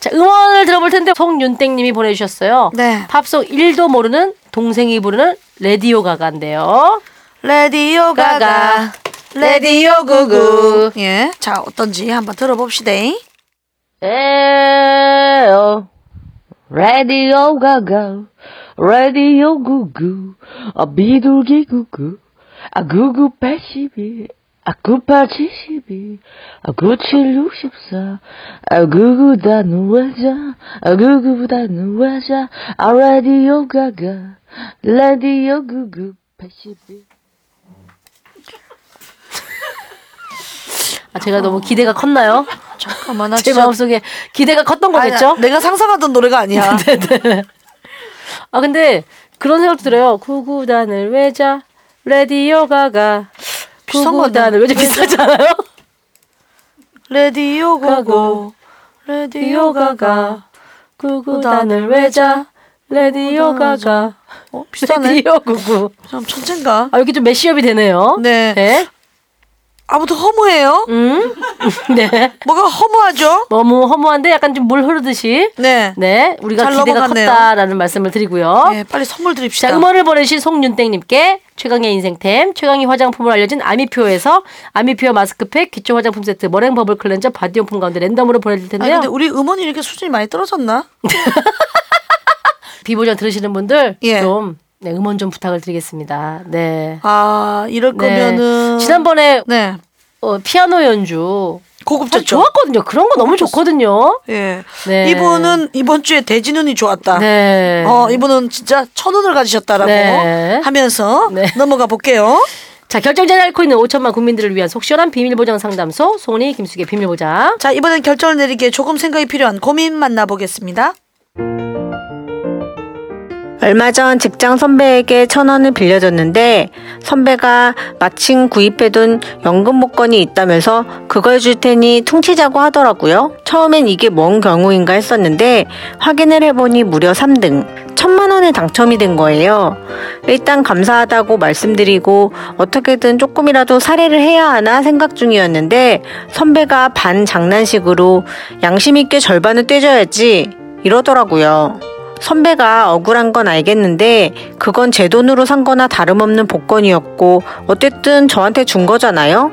자 응원을 들어볼 텐데 송윤땡님이 보내주셨어요 네. 팝송 1도 모르는 동생이 부르는 레디오 가가인데요 레디오 가가 가가. 레디오 구구 구구. 예. 자, 어떤지 한번 들어봅시다. 에어 라디오 가가 라디오 구구 아 비둘기 구구 아 구구 82 아, 9872, 아, 9764, 아, 구구다 누워자, 아, 구구다 누워자, 아, 라디오 가가, 라디오 구구 82. 아, 제가 너무 기대가 컸나요? [LAUGHS] 잠깐만 나 제 진짜 마음속에 기대가 컸던 아니, 거겠죠? 네. 내가 네. 상상하던 [LAUGHS] 노래가 아니야. 아 근데 그런 생각 들어요. 구구단을 외자 레디오 가가 비싼 거 구구단을 외자 [LAUGHS] 비싸잖아요. 레디오 구구 가고. 레디오 레디오 가가 가가 구구단을 외자 레디오 가가 어, 비싸네. 레디오 구구. 참 천재인가? 아 여기 좀 메시업이 되네요. 네. 네. 아무튼 허무해요. 음. 네. 뭐가 허무하죠? 너무 허무한데 약간 좀 물 흐르듯이. 네. 네. 우리가 잘 기대가 넘어갔네요. 컸다라는 말씀을 드리고요. 예, 빨리 선물 드립시다. 자, 음원을 보내신 송윤땡님께 최강의 인생템, 최강의 화장품을 알려진 아미표에서 아미표 마스크팩, 기초 화장품 세트, 머랭 버블 클렌저, 바디용품 가운데 랜덤으로 보내드릴 아니 텐데요. 근데 우리 음원이 이렇게 수준이 많이 떨어졌나? 비보전 들으시는 분들 예. 좀 네, 음원 좀 부탁을 드리겠습니다. 네. 아, 이럴 네. 거면은 지난번에 네. 어, 피아노 연주 고급졌죠. 좋았거든요. 그런 거 너무 좋거든요. 예. 네. 이분은 이번 주에 돼지 눈이 좋았다. 네. 어, 이분은 진짜 천운을 가지셨다라고 네. 하면서 네. 넘어가 볼게요. 자, 결정전을 앓고 있는 5천만 국민들을 위한 속 시원한 비밀 보장 상담소 송은이 김숙의 비밀 보장. 자, 이번엔 결정을 내리기에 조금 생각이 필요한 고민 만나보겠습니다. 얼마 전 직장 선배에게 천 원을 빌려줬는데 선배가 마침 구입해둔 연금 복권이 있다면서 그걸 줄 테니 퉁치자고 하더라고요. 처음엔 이게 뭔 경우인가 했었는데 확인을 해보니 무려 3등. 천만 원에 당첨이 된 거예요. 일단 감사하다고 말씀드리고 어떻게든 조금이라도 사례를 해야 하나 생각 중이었는데 선배가 반 장난식으로 양심 있게 절반을 떼줘야지 이러더라고요. 선배가 억울한 건 알겠는데 그건 제 돈으로 산 거나 다름없는 복권이었고 어쨌든 저한테 준 거잖아요.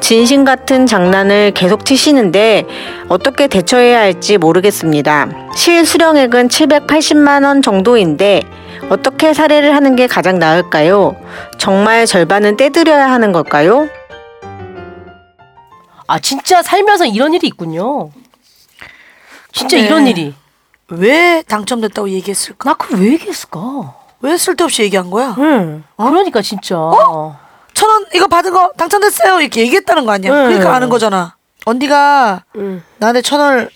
진심 같은 장난을 계속 치시는데 어떻게 대처해야 할지 모르겠습니다. 실수령액은 780만 원 정도인데 어떻게 사례를 하는 게 가장 나을까요? 정말 절반은 떼드려야 하는 걸까요? 아 진짜 살면서 이런 일이 있군요. 진짜 네. 이런 일이. 왜 당첨됐다고 얘기했을까? 나 그걸 왜 얘기했을까? 왜 쓸데없이 얘기한 거야? 응. 어? 그러니까 진짜. 천 원 이거 받은 거 당첨됐어요 이렇게 얘기했다는 거 아니야? 응. 그러니까 아는 거잖아. 언니가 응. 나한테 천 원을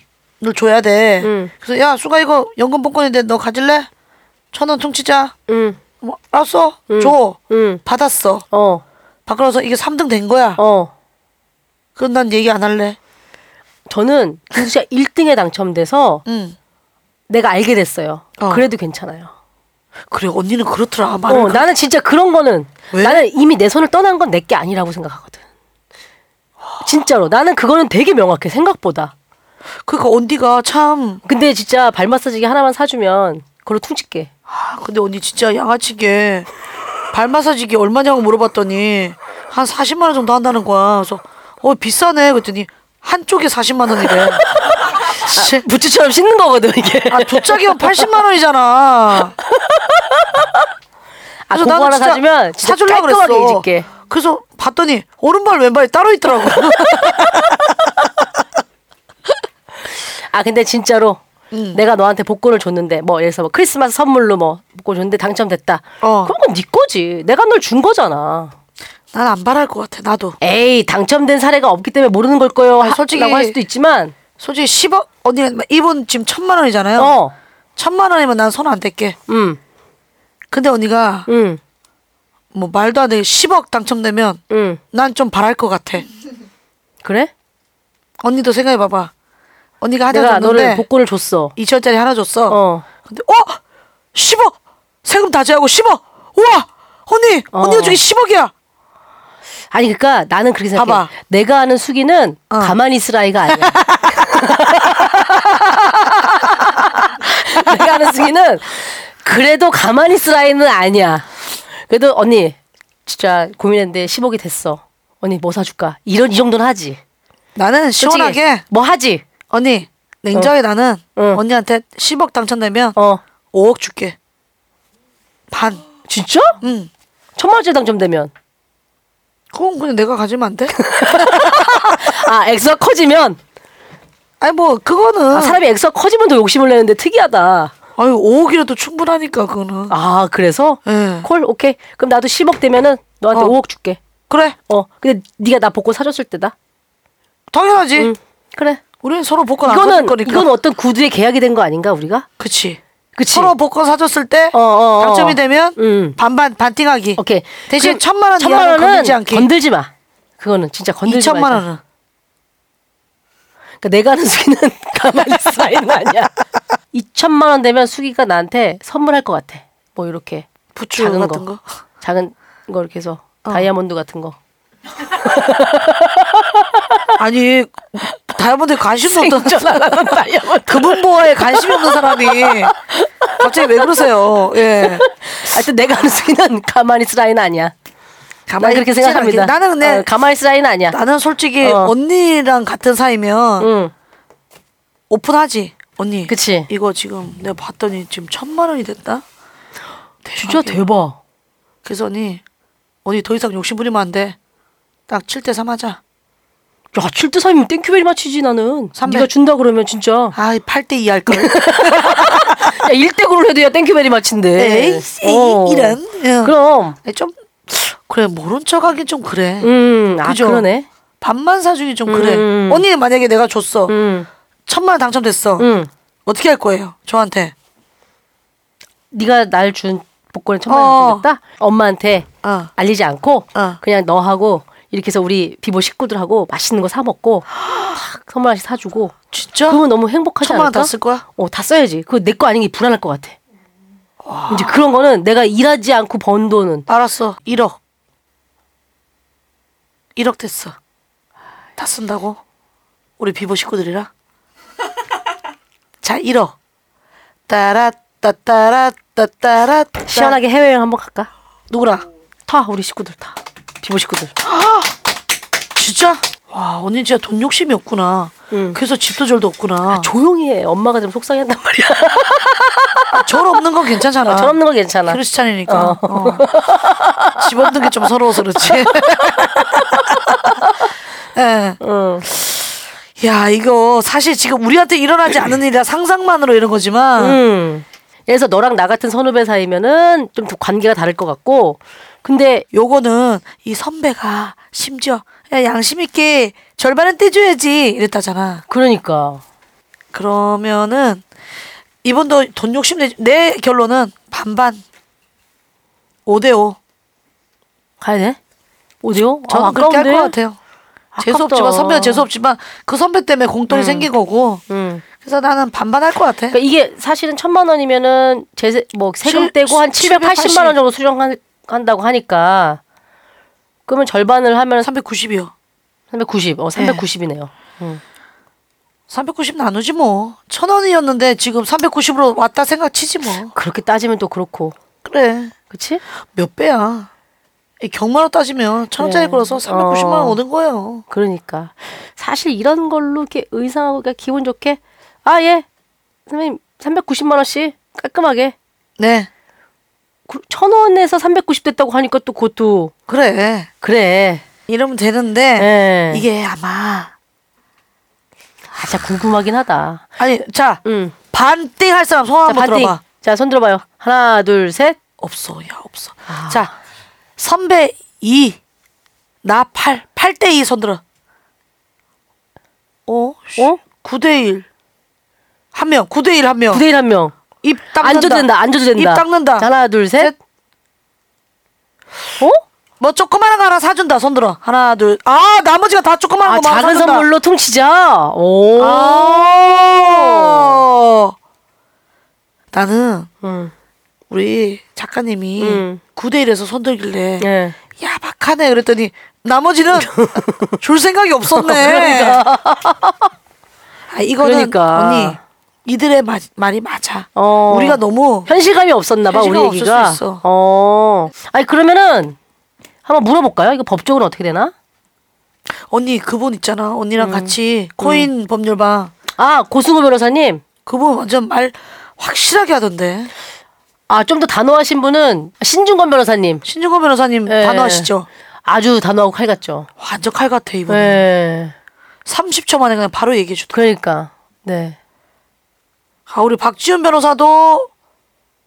줘야 돼. 응. 그래서 야 수가 이거 연금 복권인데 너 가질래? 천 원 통치자. 응. 뭐, 알았어. 줘. 응. 받았어. 어. 밖으로서 이게 3등 된 거야. 어. 그럼 난 얘기 안 할래. 저는 김수 씨가 1등에 당첨돼서 응. 내가 알게 됐어요. 어. 그래도 괜찮아요. 그래 언니는 그렇더라. 말을 어, 그- 나는 진짜 그런 거는 왜? 나는 이미 내 손을 떠난 건 내 게 아니라고 생각하거든. 진짜로 나는 그거는 되게 명확해 생각보다. 그러니까 언니가 참. 근데 진짜 발 마사지기 하나만 사주면 그걸로 퉁칠게. 아, 근데 언니 진짜 양아치게 발 마사지기 얼마냐고 물어봤더니 한 40만 원 정도 한다는 거야. 그래서 어 비싸네 그랬더니 한쪽에 40만 원이래. 씨, 부츠처럼 씻는 거거든 이게. 아, 두 짝이면 80만 원이잖아. 아, 그거 하나 진짜 사주면 진짜 사주려고 깔끔하게 그랬어. 잊을게. 그래서 봤더니 오른발 왼발이 따로 있더라고. [LAUGHS] 아 근데 진짜로 내가 너한테 복권을 줬는데 뭐 예를 들어서 뭐 크리스마스 선물로 뭐 복권 줬는데 당첨됐다. 어. 그런 건네 거지. 내가 널 준 거잖아. 난 안 바랄 것 같아. 나도 에이 당첨된 사례가 없기 때문에 모르는 걸 거예요. 아니, 솔직히- 솔직히라고 할 수도 있지만 솔직히 10억 언니 이번 지금 천만 원이잖아요. 어, 천만 원이면 난 손 안 댈게. 음, 근데 언니가 음, 뭐 말도 안 되게 10억 당첨되면 음. 난 좀 바랄 것 같아. 그래? 언니도 생각해 봐봐. 언니가 하나 내가 너를 줬는데 복권을 줬어. 2천짜리 하나 줬어. 어. 근데 어 10억 세금 다 제하고 10억 우와 언니 어. 언니가 저기 10억이야. 아니 그러니까 나는 그렇게 생각해. 봐봐. 내가 아는 숙이는 어. 가만히 있을 아이가 [LAUGHS] 아니야. 내가 아는 숙이는 그래도 가만히 있을 아이는 아니야. 그래도 언니 진짜 고민했는데 10억이 됐어. 언니 뭐 사줄까? 이런 이 정도는 하지. 나는 솔직히 시원하게 뭐 하지? 언니 냉정해 나는 응. 언니한테 10억 당첨되면 어 5억 줄게. 반. 진짜? 응. 천만 원짜리 당첨되면 그건 그냥 내가 [LAUGHS] 가지면 안 돼? 아 액수가 커지면 아니 뭐 그거는 아, 사람이 액수가 커지면 더 욕심을 내는데 특이하다. 아유 5억이라도 충분하니까 그거는. 아 그래서 예. 콜 오케이 그럼 나도 10억 되면은 너한테 어. 5억 줄게 그래 어 근데 네가 나 복권 사줬을 때다 당연하지. 응 그래 우리는 서로 복권 네. 안 이거는 사줄 거니까. 이건 어떤 구두의 계약이 된 거 아닌가 우리가 그치. 그치 서로 복권 사줬을 때 어, 어, 어. 당첨이 되면 음. 반반 반띵하기. 오케이 대신 그럼 천만 원 천만 이하는 원은 건들지 않기. 건들지 마 그거는 진짜 건들지 2천만 말자. 원은 그러니까 내가 하는 수기는 [LAUGHS] 가만히 있을 사이는 아니야 2천만 원 되면 수기가 나한테 선물할 것 같아 뭐 이렇게 부추 작은 같은 거. 거. 작은 거 이렇게 해서 어. 다이아몬드 같은 [LAUGHS] 거 아니 다이아몬드에 관심도 없던 전화하는 다이아몬드 금은 보화에 관심이 [LAUGHS] 없는 사람이 갑자기 왜 그러세요? 예. 하여튼 내가 하는 수기는 가만히 있을 라인 아니야. 난 그렇게 있진 않긴. 생각합니다. 나는 근데 어, 가만히 있을 라인 아니야. 나는 솔직히 어. 언니랑 같은 사이면 응, 오픈하지 언니. 그치. 이거 지금 내가 봤더니 지금 천만 원이 됐다. 진짜 대박이야. 대박. 그래서 언니 언니 더 이상 욕심 부리면 안 돼. 딱 7대 3 하자. 야, 7대 3이면 땡큐베리 마치지 나는. 삼백. 네가 준다 그러면 진짜. 야, 아, 8대 2 [LAUGHS] 할걸. 1대 9로 해도 야 땡큐베리 마친데. 에이, 이런. 예. 네. 어. 그럼. 아니, 좀 그래 모른 척하긴 좀 그래. 음, 아 그죠? 그러네. 반만 사주기 좀 그래. 음. 언니 만약에 내가 줬어. 음. 천만 원 당첨됐어. 음. 어떻게 할 거예요? 저한테. 네가 날 준 복권에 천만 어. 원 줬다. 엄마한테 어. 알리지 않고 어. 그냥 너하고 이렇게 해서 우리 비보 식구들하고 맛있는 거 사 먹고 탁 선물 하나씩 사주고 진짜? 그러면 너무 행복하지 천만 원 않을까? 다 쓸 거야? 어, 다 써야지. 그거 내 거 아닌 게 불안할 것 같아. 이제 그런 거는 내가 일하지 않고 번 돈은 알았어. 1억. 1억 됐어. 다 쓴다고? 우리 비보 식구들이랑? 자, 1억. 따라따따라따따라 시원하게 해외여행 한번 갈까? 누구랑? 타 우리 식구들 타 비보 식구들 진짜? 와, 언니 진짜 돈 욕심이 없구나. 그래서 집도 절도 없구나. 조용히 해 엄마가 좀 속상해한단 말이야 아, 절 없는 건 괜찮잖아. 어, 절 없는 건 괜찮아. 크리스찬이니까. 어. 집 없는 게 좀 서러워서 그렇지. [LAUGHS] 예. 야, 이거 사실 지금 우리한테 일어나지 않은 일이라 상상만으로 이런 거지만. 음. 그래서 너랑 나 같은 선후배 사이면은 좀 관계가 다를 것 같고 근데 요거는 이 선배가 심지어 야, 양심 있게 절반은 떼줘야지 이랬다잖아. 그러니까 그러면은 이번도 돈 욕심 내. 내 결론은 반반. 5대5. 가야 돼? 어디요? 저는 아, 그렇게 할 아까운데? 것 같아요. 재수 없지만 아깝다. 선배가 재수 없지만 그 선배 때문에 공돈이 생긴 거고. 음. 그래서 나는 반반 할 것 같아. 그러니까 이게 사실은 천만 원이면은 제세 뭐 세금 칠- 떼고 한 칠- 780만 원 정도 수령한다고 하니까 그러면 절반을 하면 390이요. 390. 어, 390이네요. 390 나누지 뭐. 천 원이었는데 지금 390으로 왔다 생각치지 뭐. 그렇게 따지면 또 그렇고. 그래. 그치? 몇 배야. 이 경마로 따지면 천 원짜리 그래. 걸어서 390만 원 네. 어. 얻은 거예요. 그러니까. 사실 이런 걸로 이렇게 의상하고 그냥 기분 좋게 아, 예. 선생님, 390만 원씩 깔끔하게. 네. 그- 천 원에서 390 됐다고 하니까 또 그것도 그래. 그래. 이러면 되는데 예. 네. 이게 아마 아, 진짜 궁금하긴 하다. 아니 자 음. 반띵 할 사람 손 한번 반띵. 들어봐. 자, 손 들어봐요. 하나, 둘, 셋. 없어. 야, 없어. 아. 자, 선배 2, 나 8, 8대 2 손들어. 어? 어? 9대 1. 한 명, 9대 1한 명. 9대1 한 명. 어. 입 닦는다. 안 줘도 된다. 안 줘도 된다. 입 닦는다. 자, 하나, 둘, 셋. 어? 뭐 조그만한 거 하나 사준다. 손들어. 하나, 둘. 아, 나머지가 다 조그만한 아, 거만 뭐 작은 사준다. 선물로 퉁치자. 오. 아. 나는 음. 우리 작가님이 음. 9대 1에서 손들길래 예. 야 막하네 그랬더니 [LAUGHS] 나머지는 줄 생각이 없었네. 아 이거는 그러니까. 언니 이들의 마- 말이 맞아. 어. 우리가 너무 현실감이 없었나 봐, 우리 현실감 얘기가. 없을 수 있어. 어. 아니 그러면은 한번 물어볼까요? 이거 법적으로 어떻게 되나? 언니 그분 있잖아 음. 언니랑 같이 코인 법률방 아, 고승호 변호사님. 그분 완전 말 확실하게 하던데 아, 좀 더 단호하신 분은 신중건 변호사님. 신중호 변호사님 예. 단호하시죠? 아주 단호하고 칼 같죠. 완전 칼 같아 이분. 네. 30초 만에 그냥 바로 얘기해 주더라. 그러니까. 네. 아 우리 박지훈 변호사도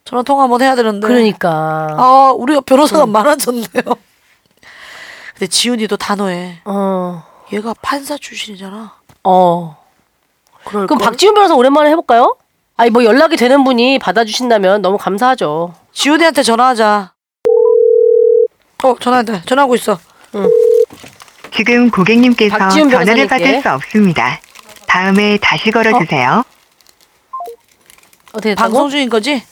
전화 통화 한번 해야 되는데. 그러니까. 네. 아 우리가 변호사가 많아졌네요. [LAUGHS] 근데 지훈이도 단호해. 어. 얘가 판사 출신이잖아. 어. 그럴 그럼 박지훈 변호사 오랜만에 해볼까요? 아니 뭐 연락이 되는 분이 받아주신다면 너무 감사하죠. 지훈이한테 전화하자. 어 전화한다. 전화하고 있어. 지금 고객님께서 박지훈 전화를 변호사님께. 받을 수 없습니다. 다음에 다시 걸어주세요. 어떻게 됐다고? 방송 중인 거지?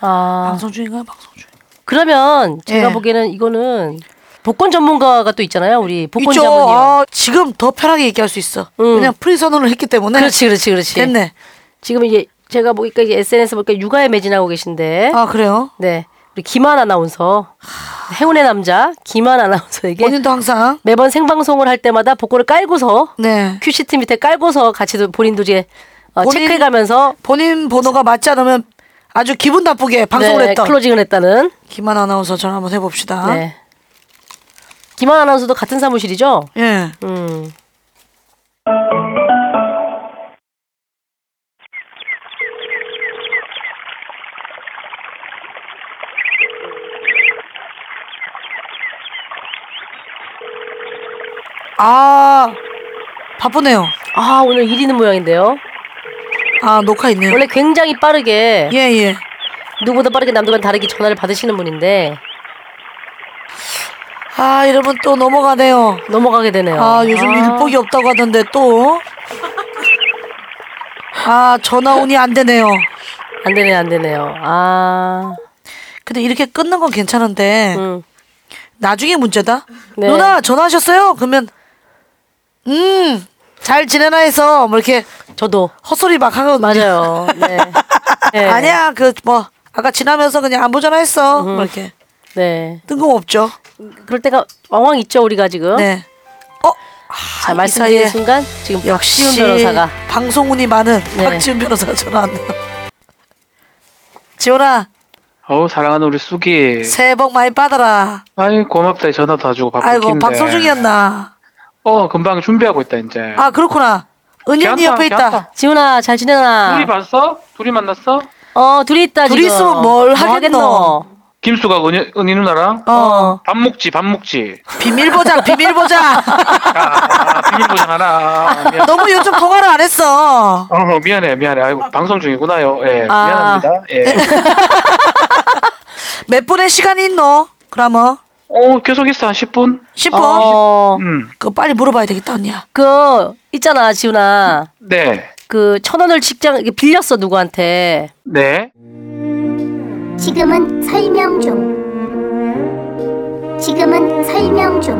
아 방송 중인가? 방송 중. 그러면 제가 예. 보기에는 이거는 복권 전문가가 또 있잖아요, 우리 복권 있죠. 자문이요. 아, 지금 더 편하게 얘기할 수 있어. 응. 그냥 프리 선언을 했기 때문에. 그렇지, 그렇지, 그렇지. 됐네. 지금 이제 제가 보니까 이제 SNS 보니까 육아에 매진하고 계신데, 아 그래요? 네 우리 김한 아나운서 행운의 남자 김한 아나운서에게 본인도 항상 매번 생방송을 할 때마다 복권을 깔고서 네 큐시트 밑에 깔고서 같이 본인도 이제 어, 본인- 체크해가면서 본인 번호가 맞지 않으면 아주 기분 나쁘게 방송을 네, 했던 클로징을 했다는. 김한 아나운서 전화 한번 해봅시다. 네. 김한 아나운서도 같은 사무실이죠? 예. 음. 아 바쁘네요. 아, 오늘 일 있는 모양인데요. 아 녹화 있네요. 원래 굉장히 빠르게 예예. 누구보다 빠르게 남들과 다르게 전화를 받으시는 분인데 아 이러면 또 넘어가네요. 넘어가게 되네요. 아 요즘 일복이 없다고 하던데 또. 아 전화 운이 안 되네요. 안 되네, 안 되네요. 아. 근데 이렇게 끊는 건 괜찮은데 음. 나중에 문제다. 네. 누나 전화하셨어요? 그러면 음. 잘 지내나 해서 뭐 이렇게 저도 헛소리 막 하고 [LAUGHS] 맞아요. 네. 아니야 그 뭐 아까 지나면서 그냥 안 보잖아 했어. 음. 뭐 이렇게 네. 뜬금없죠. 그럴 때가 왕왕 있죠, 우리가 지금. 네. 아, 자, 이 말씀드린 사이에 순간 지금 박지훈 변호사가 방송운이 많은 네. 박지훈 변호사가 전화 [LAUGHS] 왔네요. 지호라 어우 사랑하는 우리 쑥이 새해 복 많이 받아라. 아이 고맙다 이 전화도 다 주고 바쁜 아이고 데 박소중이었나. 어 금방 준비하고 있다 이제 아 그렇구나. 은연이 괜찮다, 옆에 있다. 괜찮다. 지훈아 잘 지내나? 둘이 봤어? 둘이 만났어? 어, 둘이 있다 둘이 지금. 뭐 있으면 뭘 하겠노? 김수가 은희, 은희 누나랑 어. 밥 먹지 밥 먹지 비밀 보장 비밀 보장. 아 비밀 보장하나 아, [LAUGHS] 미안. 너무 요즘 통화를 안 했어. 어, 미안해 미안해 아이고 방송 중이구나요 예 아. 미안합니다 예. 몇 분의 시간이 있노? 그러면? 어 계속 있어 한 10분? 음, 10분? 어. 그거 빨리 물어봐야 되겠다 언니야. 그 있잖아, 지훈아. 네 그 천 원을 직장 이렇게 빌렸어 누구한테. 네. 지금은 설명 중. 지금은 설명 중.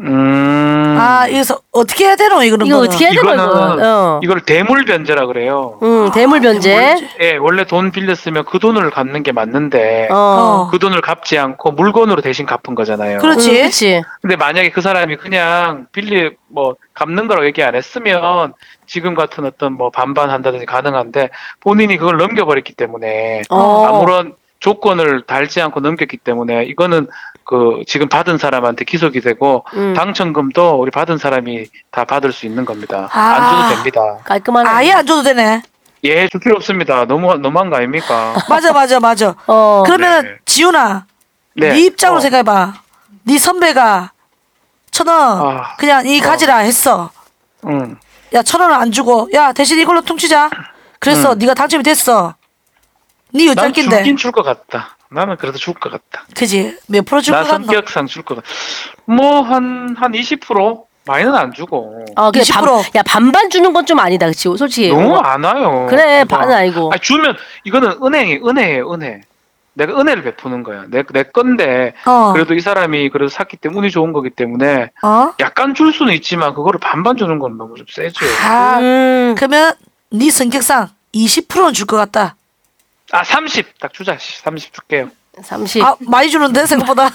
음. 아, 이래서 어떻게 해야 되노 이거는? 뭐. 거는? 이거는 이걸 대물 변제라 그래요. 어. 응, 아, 대물 변제. 예, 원래 돈 빌렸으면 그 돈을 갚는 게 맞는데 어. 그 돈을 갚지 않고 물건으로 대신 갚은 거잖아요. 그렇지. 응, 그렇지. 근데 만약에 그 사람이 그냥 빌리 뭐 갚는 거라고 얘기 안 했으면 지금 같은 어떤 뭐 반반 한다든지 가능한데 본인이 그걸 넘겨버렸기 때문에 어. 아무런 조건을 달지 않고 넘겼기 때문에 이거는 그 지금 받은 사람한테 기속이 되고 음. 당첨금도 우리 받은 사람이 다 받을 수 있는 겁니다. 아. 안 줘도 됩니다. 깔끔한. 아예 안 줘도 되네. 예, 줄 필요 없습니다. 너무 너무한 거 아닙니까? 맞아 맞아 맞아. 어. 그러면 은 지훈아, 네, 네. 입장으로 생각해봐. 네 선배가 천 원, 아. 그냥 이 어. 가지라 했어. 음. 야 천 원을 안 주고, 야 대신 이걸로 퉁치자. 그래서 음. 네가 당첨이 됐어. 네 난 어쩔긴데. 줄긴 줄 것 같다. 나는 그래도 줄 것 같다. 그지? 몇 프로 줄 나 것 같나? 성격상 줄 것 같다. 뭐 한 한 20% 많이는 안 주고. 어, 근데 반, 야 반반 주는 건 좀 아니다, 그치? 솔직히. 너무 어. 안 와요. 그래, 그거. 반은 아니고. 아니, 주면 이거는 은행이 은혜예요, 은혜. 내가 은혜를 베푸는 거야. 내, 내 건데 어. 그래도 이 사람이 그래도 샀기 때문에 운이 좋은 거기 때문에 어? 약간 줄 수는 있지만 그거를 반반 주는 건 너무 좀 세죠. 아, 음. 음. 그러면 네 성격상 20%는 줄 것 같다. 아 30 딱 주자. 씨. 30 줄게요. 30. 아, 많이 [LAUGHS] 주는데 생각보다.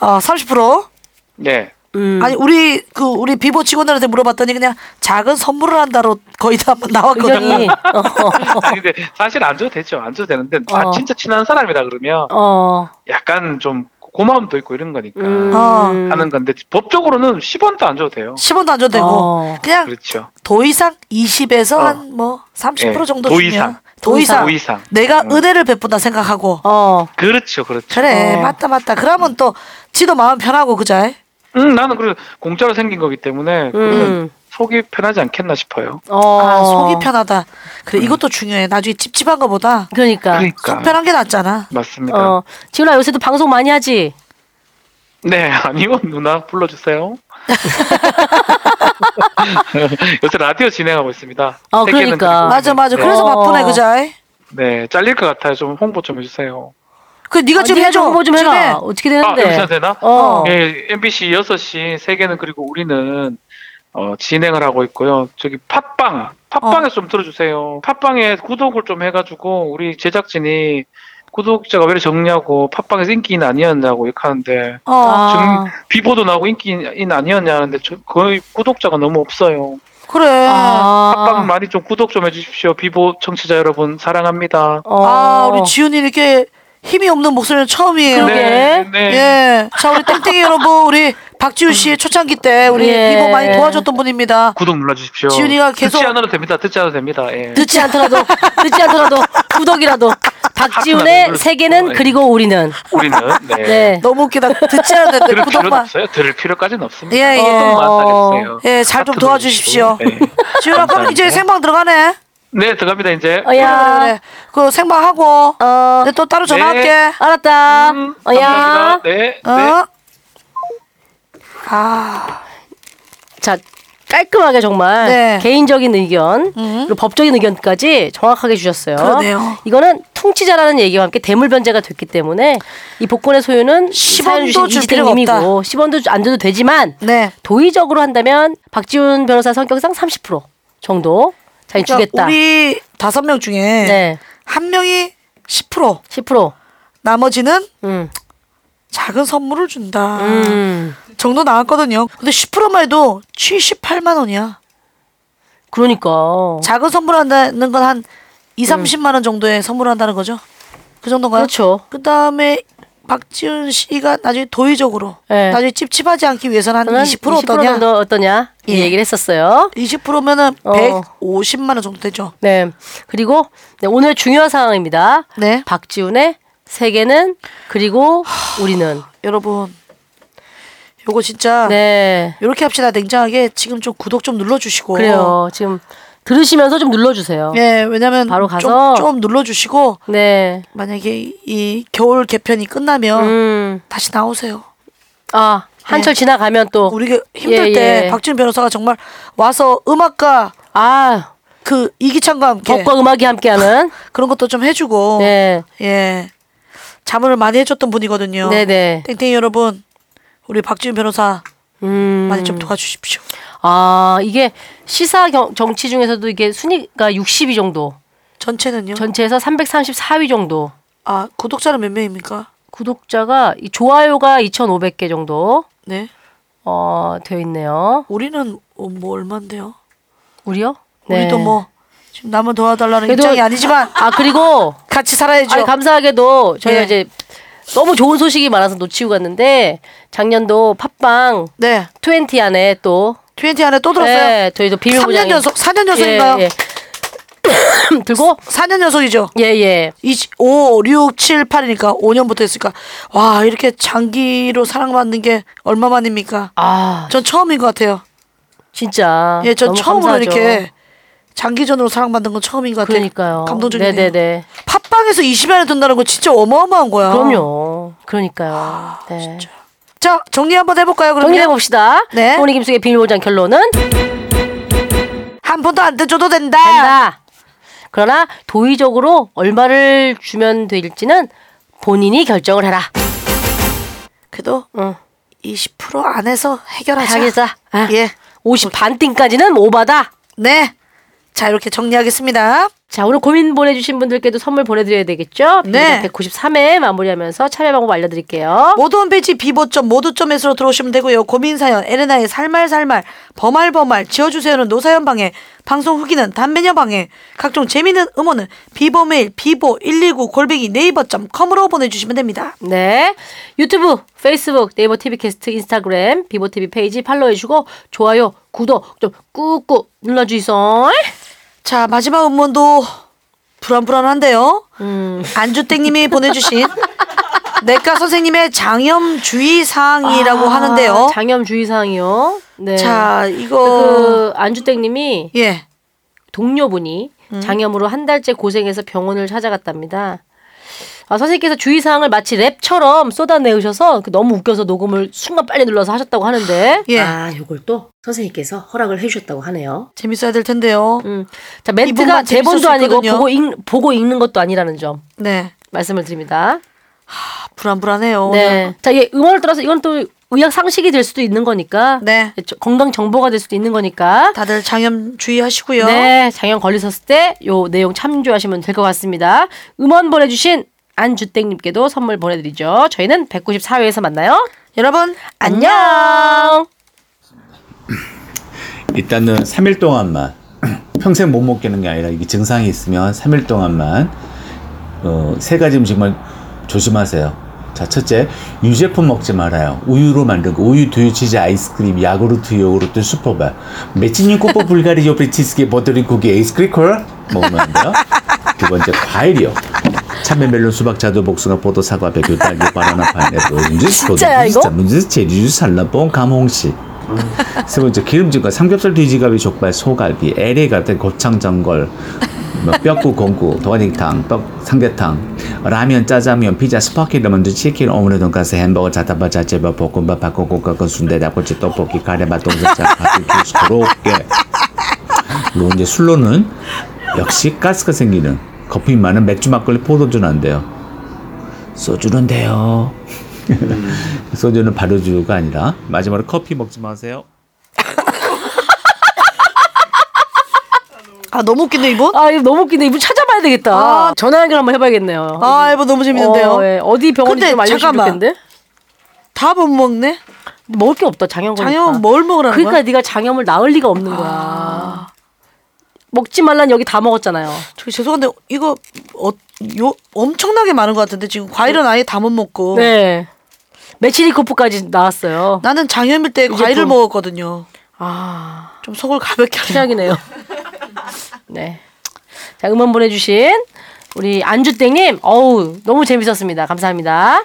어, 30%? 예. 아니 우리 그 우리 비보 직원들한테 물어봤더니 그냥 작은 선물을 한다로 거의 다 예. 나왔거든요. 어, [LAUGHS] 아니, 근데 사실 안 줘도 되죠. 안 줘도 되는데 아, 어. 진짜 친한 사람이라 그러면 어. 약간 좀 고마움도 있고 이런 거니까 음. 어. 하는 건데 법적으로는 10원도 안 줘도 돼요. 10원도 안 줘도 되고 그냥 그렇죠. 도 이상 20에서 어. 한 뭐 30% 예, 정도 도 주면 이상. 도 이상, 도 이상. 어. 내가 은혜를 베푼다 어. 생각하고 그렇죠, 그렇죠. 그래 맞다 맞다 그러면 또 지도 마음 편하고 그자 음, 나는 그래 공짜로 생긴 거기 때문에 그러면 음. 속이 편하지 않겠나 싶어요. 아, 속이 편하다 그래 이것도 중요해 나중에 찝찝한 거보다 그러니까, 그러니까. 속 편한 게 낫잖아 맞습니다. 어. 지훈아 요새도 방송 많이 하지? 네, [LAUGHS] 아니요 누나 [LAUGHS] 불러주세요. 요새 라디오 진행하고 있습니다. 아, 세 개는 드리고 그러니까. 맞아 맞아 있는데. 그래서 바쁘네 그자 네, 잘릴 것 같아요. 좀 홍보 좀 해주세요. 그 네가 아, 지금 네가 해줘 좀 홍보 좀 해라. 지금 해. 어떻게 아, 여기서 되나? 어. 예, MBC 6시 세계는 그리고 우리는 어, 진행을 하고 있고요. 저기 팟빵, 팟빵에 어. 좀 들어주세요. 팟빵에 구독을 좀 해가지고 우리 제작진이 구독자가 왜 이렇게 적냐고 팟빵에서 인기인 아니었냐고 이렇게 하는데 아. 지금 비보도 나오고 인기인 아니었냐 하는데 저- 거의 구독자가 너무 없어요. 그래 아. 아. 팟빵 많이 좀 구독 좀 해주십시오. 비보 청취자 여러분 사랑합니다. 어. 아, 우리 지훈이 이렇게 힘이 없는 목소리는 처음이에요. 그러게. 네, 네. 예. 자, 우리 땡땡이 여러분, 우리 박지훈 씨의 초창기 때 우리 예. 비보 많이 도와줬던 분입니다. 구독 눌러주십시오. 지훈이가 계속- 듣지 않아도 됩니다. 듣지 않아도 됩니다. 예. 듣지 않더라도 듣지 않더라도 구독이라도 박지훈의 하트라도 세계는 눌러주세요. 그리고 우리는 [LAUGHS] 우리는 네. 예. 너무 웃기다. 듣지 않는데 들을 필요는 구독만. 없어요. 들을 필요까지는 없습니다. 예, 예. 구독만 따겠어요. 예, 잘 좀 도와주십시오. 네. 지훈아, 그럼 이제 감사합니다. 생방 들어가네. 네, 들어갑니다 이제. 그래, 그래, 그래. 그 생방 하고. 어. 내가 또 따로 네. 전화할게. 알았다. 음, 감사합니다. 네. 어? 아. 자 깔끔하게 정말 네. 음. 개인적인 의견 그리고 법적인 의견까지 정확하게 주셨어요. 그러네요. 이거는 통치자라는 얘기와 함께 대물변제가 됐기 때문에 이 복권의 소유는 10원도 줄 필요가 이고 10원도 안 줘도 되지만 네. 네. 도의적으로 한다면 박지훈 변호사 성격상 30% 정도 자기 그러니까 주겠다. 네. 우리 다섯 명 중에 한 명이 10% 10% 나머지는 음. 작은 선물을 준다 음. 정도 나왔거든요. 근데 10%만 해도 78만 원이야. 어? 그러니까 작은 선물한다는 건 한 2, 30만 원 정도의 선물한다는 거죠. 그 정도인가요? 음. 그렇죠. 그다음에 박지훈 씨가 나중에 도의적으로 네. 나중에 찝찝하지 않기 위해서는 한 20% 20% 어떠냐? 정도 어떠냐 이 예. 얘기를 했었어요. 20%면은 150만 원 정도 되죠. 네. 그리고 네, 오늘 중요한 상황입니다. 네. 박지훈의 세계는 그리고 우리는 여러분 요거 진짜 네. 이렇게 합시다. 냉정하게 지금 좀 구독 좀 눌러 주시고. 그래요. 지금 들으시면서 좀 눌러주세요. 네, 왜냐면 바로 좀- 가서 좀, 눌러 주시고 네. 만약에 이- 이 겨울 개편이 끝나면 음. 다시 나오세요. 아 한철 어. 네. 지나가면 또 우리가 힘들 예, 때 예. 박지훈 변호사가 정말 와서 음악과 아 그 이기찬과 함께 덕과 음악이 함께하는 그런 것도 좀 해주고 네. 예 자문을 많이 해줬던 분이거든요. 네네. 땡땡이 여러분 우리 박지훈 변호사 음. 많이 좀 도와주십시오. 아 이게 시사 경- 정치 중에서도 이게 순위가 60위 정도. 전체는요? 전체에서 334위 정도. 아 구독자는 몇 명입니까? 구독자가 이 좋아요가 2,500개 정도 네. 어 되어 있네요. 우리는 어, 뭐 얼마인데요? 우리요? 네. 우리도 뭐 지금 남은 도와달라는 입장이 아니지만 아 [LAUGHS] 그리고 같이 살아야죠. 아니, 감사하게도 저희가 네. 이제 너무 좋은 소식이 많아서 놓치고 갔는데 작년도 팟빵 네. 20 안에 또 20 안에 또 들었어요? 네, 저희도 비밀 3년 연속, 4년 연속인가요? 예, [COUGHS] 들고 4년 연속이죠. 예, 예. 5, 6, 7, 8이니까 5년부터 했으니까 와 이렇게 장기로 사랑받는 게 얼마만입니까? 아, 전 처음인 것 같아요. 진짜 예, 전 너무 처음으로 감사하죠. 이렇게 장기전으로 사랑받는 건 처음인 것 같아요. 그러니까요. 감동적이네요. 네네네. 팟빵에서 20연에 든다는 건 진짜 어마어마한 거야. 그럼요. 그러니까요. 네. 자 정리 한번 해볼까요? 아, 그럼 정리해 봅시다. 네. 소니 김숙의 비밀보장 결론은 한 푼도 안 떼줘도 된다. 된다. 그러나 도의적으로 얼마를 주면 될지는 본인이 결정을 해라. 그래도 20% 안에서 해결하자. 하겠다. 아. 예. 50 반띵까지는 오바다. 네. 자 이렇게 정리하겠습니다. 자 오늘 고민 보내주신 분들께도 선물 보내드려야 되겠죠? 네. 193회 마무리하면서 참여 방법 알려드릴게요. 모두 홈페이지 비보점 모두점에서 들어오시면 되고요. 고민사연, 에레나의 살말살말, 버말버말, 지어주세요는 노사연방에, 방송 후기는 담배녀방에, 각종 재미있는 음원은 비보메일, 비보129, 골뱅이 네이버점컴으로 보내주시면 됩니다. 네. 유튜브, 페이스북, 네이버 TV 캐스트, 인스타그램, 비보 TV 페이지 팔로우해주고 좋아요, 구독 좀 꾹꾹 눌러주이소. 자, 마지막 음원도 불안불안한데요. 음. [LAUGHS] 안주땡님이 보내주신 내과 선생님의 장염 주의사항이라고 아, 하는데요. 장염 주의사항이요. 네. 자, 어. 이거. 그 안주땡님이 예. 동료분이 음. 장염으로 한 달째 고생해서 병원을 찾아갔답니다. 아, 선생님께서 주의사항을 마치 랩처럼 쏟아내으셔서 그 너무 웃겨서 녹음을 순간 빨리 눌러서 하셨다고 하는데 예. 아 요걸 또 선생님께서 허락을 해주셨다고 하네요. 재밌어야 될 텐데요. 음. 자 이 멘트가 부분만 재밌을 수 대본도 아니고 있거든요. 보고, 읽, 보고 읽는 것도 아니라는 점 네. 아, 말씀을 드립니다. 불안불안해요. 네. 자 이게 응원을 따라서 이건 또 의학 상식이 될 수도 있는 거니까 네. 저- 건강 정보가 될 수도 있는 거니까 다들 장염 주의하시고요. 네, 장염 걸리셨을 때 요 내용 참조하시면 될 것 같습니다. 음원 보내주신 안주땡님께도 선물 보내드리죠. 저희는 194회에서 만나요. 여러분 안녕. 일단은 3일 동안만 [CLEARS THROAT] 평생 못 먹겠는 게 아니라 이게 증상이 있으면 3일 동안만 어, 세 가지 음식만 조심하세요. 자, 첫째, 유제품 먹지 말아요. 우유로 만든 거, 우유, 두유, 치즈, 아이스크림, 야구르트, 요구르트, 슈퍼바. 매치니 코포 불가리 요프리 치즈케 버터리 고기 에이스크리콜 먹으면 안 돼요. 두 번째, 과일이요. 참외, 멜론, 수박, 자두, 복숭아, 포도, 사과, 배추, 딸기, 바나나, 파인애플, 오렌지, 진짜야, 포도주스, 이거? 자문주스, 체리주스, 산라뽕, 감홍씨. 세 번째, 기름진과 삼겹살, 돼지갈비, 족발, 소갈비, LA 같은 곱창, 전골, 뭐 뼈국, 공국, 도가니탕, 떡, 삼계탕, 라면, 짜장면, 피자, 스파게티, 만두, 치킨, 오므리, 돈가스, 햄버거, 자타파, 자체밥, 볶음밥, 박고국밥, 순대, 닭꼬치, 떡볶이, 가래밥, 동전차, 바비큐, 그렇게. 물론 이제 술로는 역시 가스가 생기는 거품이 많은 맥주, 막걸리, 포도주는 안 돼요. 소주는 돼요. [LAUGHS] 소주는 발효주가 아니라 마지막으로 커피 먹지 마세요. 아 너무 웃긴데 이분? 아 이거 너무 웃긴데 이분 찾아봐야 되겠다. 전화 연결 한번 해봐야겠네요. 아, 이분 너무 재밌는데요. 어, 예. 어디 병원인지 근데 좀 알려주시면 잠깐만. 좋겠는데. 다 못 먹네. 먹을 게 없다 장염. 장염은 뭘 먹으라는 그러니까 거야? 아. 네가 장염을 낳을 리가 없는 거야. 먹지 말란 여기 다 먹었잖아요. 저기 죄송한데 이거 어, 요 엄청나게 많은 것 같은데 지금 과일은 아예 다 못 먹고. 네. 메치리 코프까지 나왔어요. 나는 장염일 때 유제품. 과일을 먹었거든요. 아. 좀 속을 가볍게 하네요. 시작이네요. [LAUGHS] 네. 자, 음원 보내주신 우리 안주땡님, 어우, 너무 재밌었습니다. 감사합니다.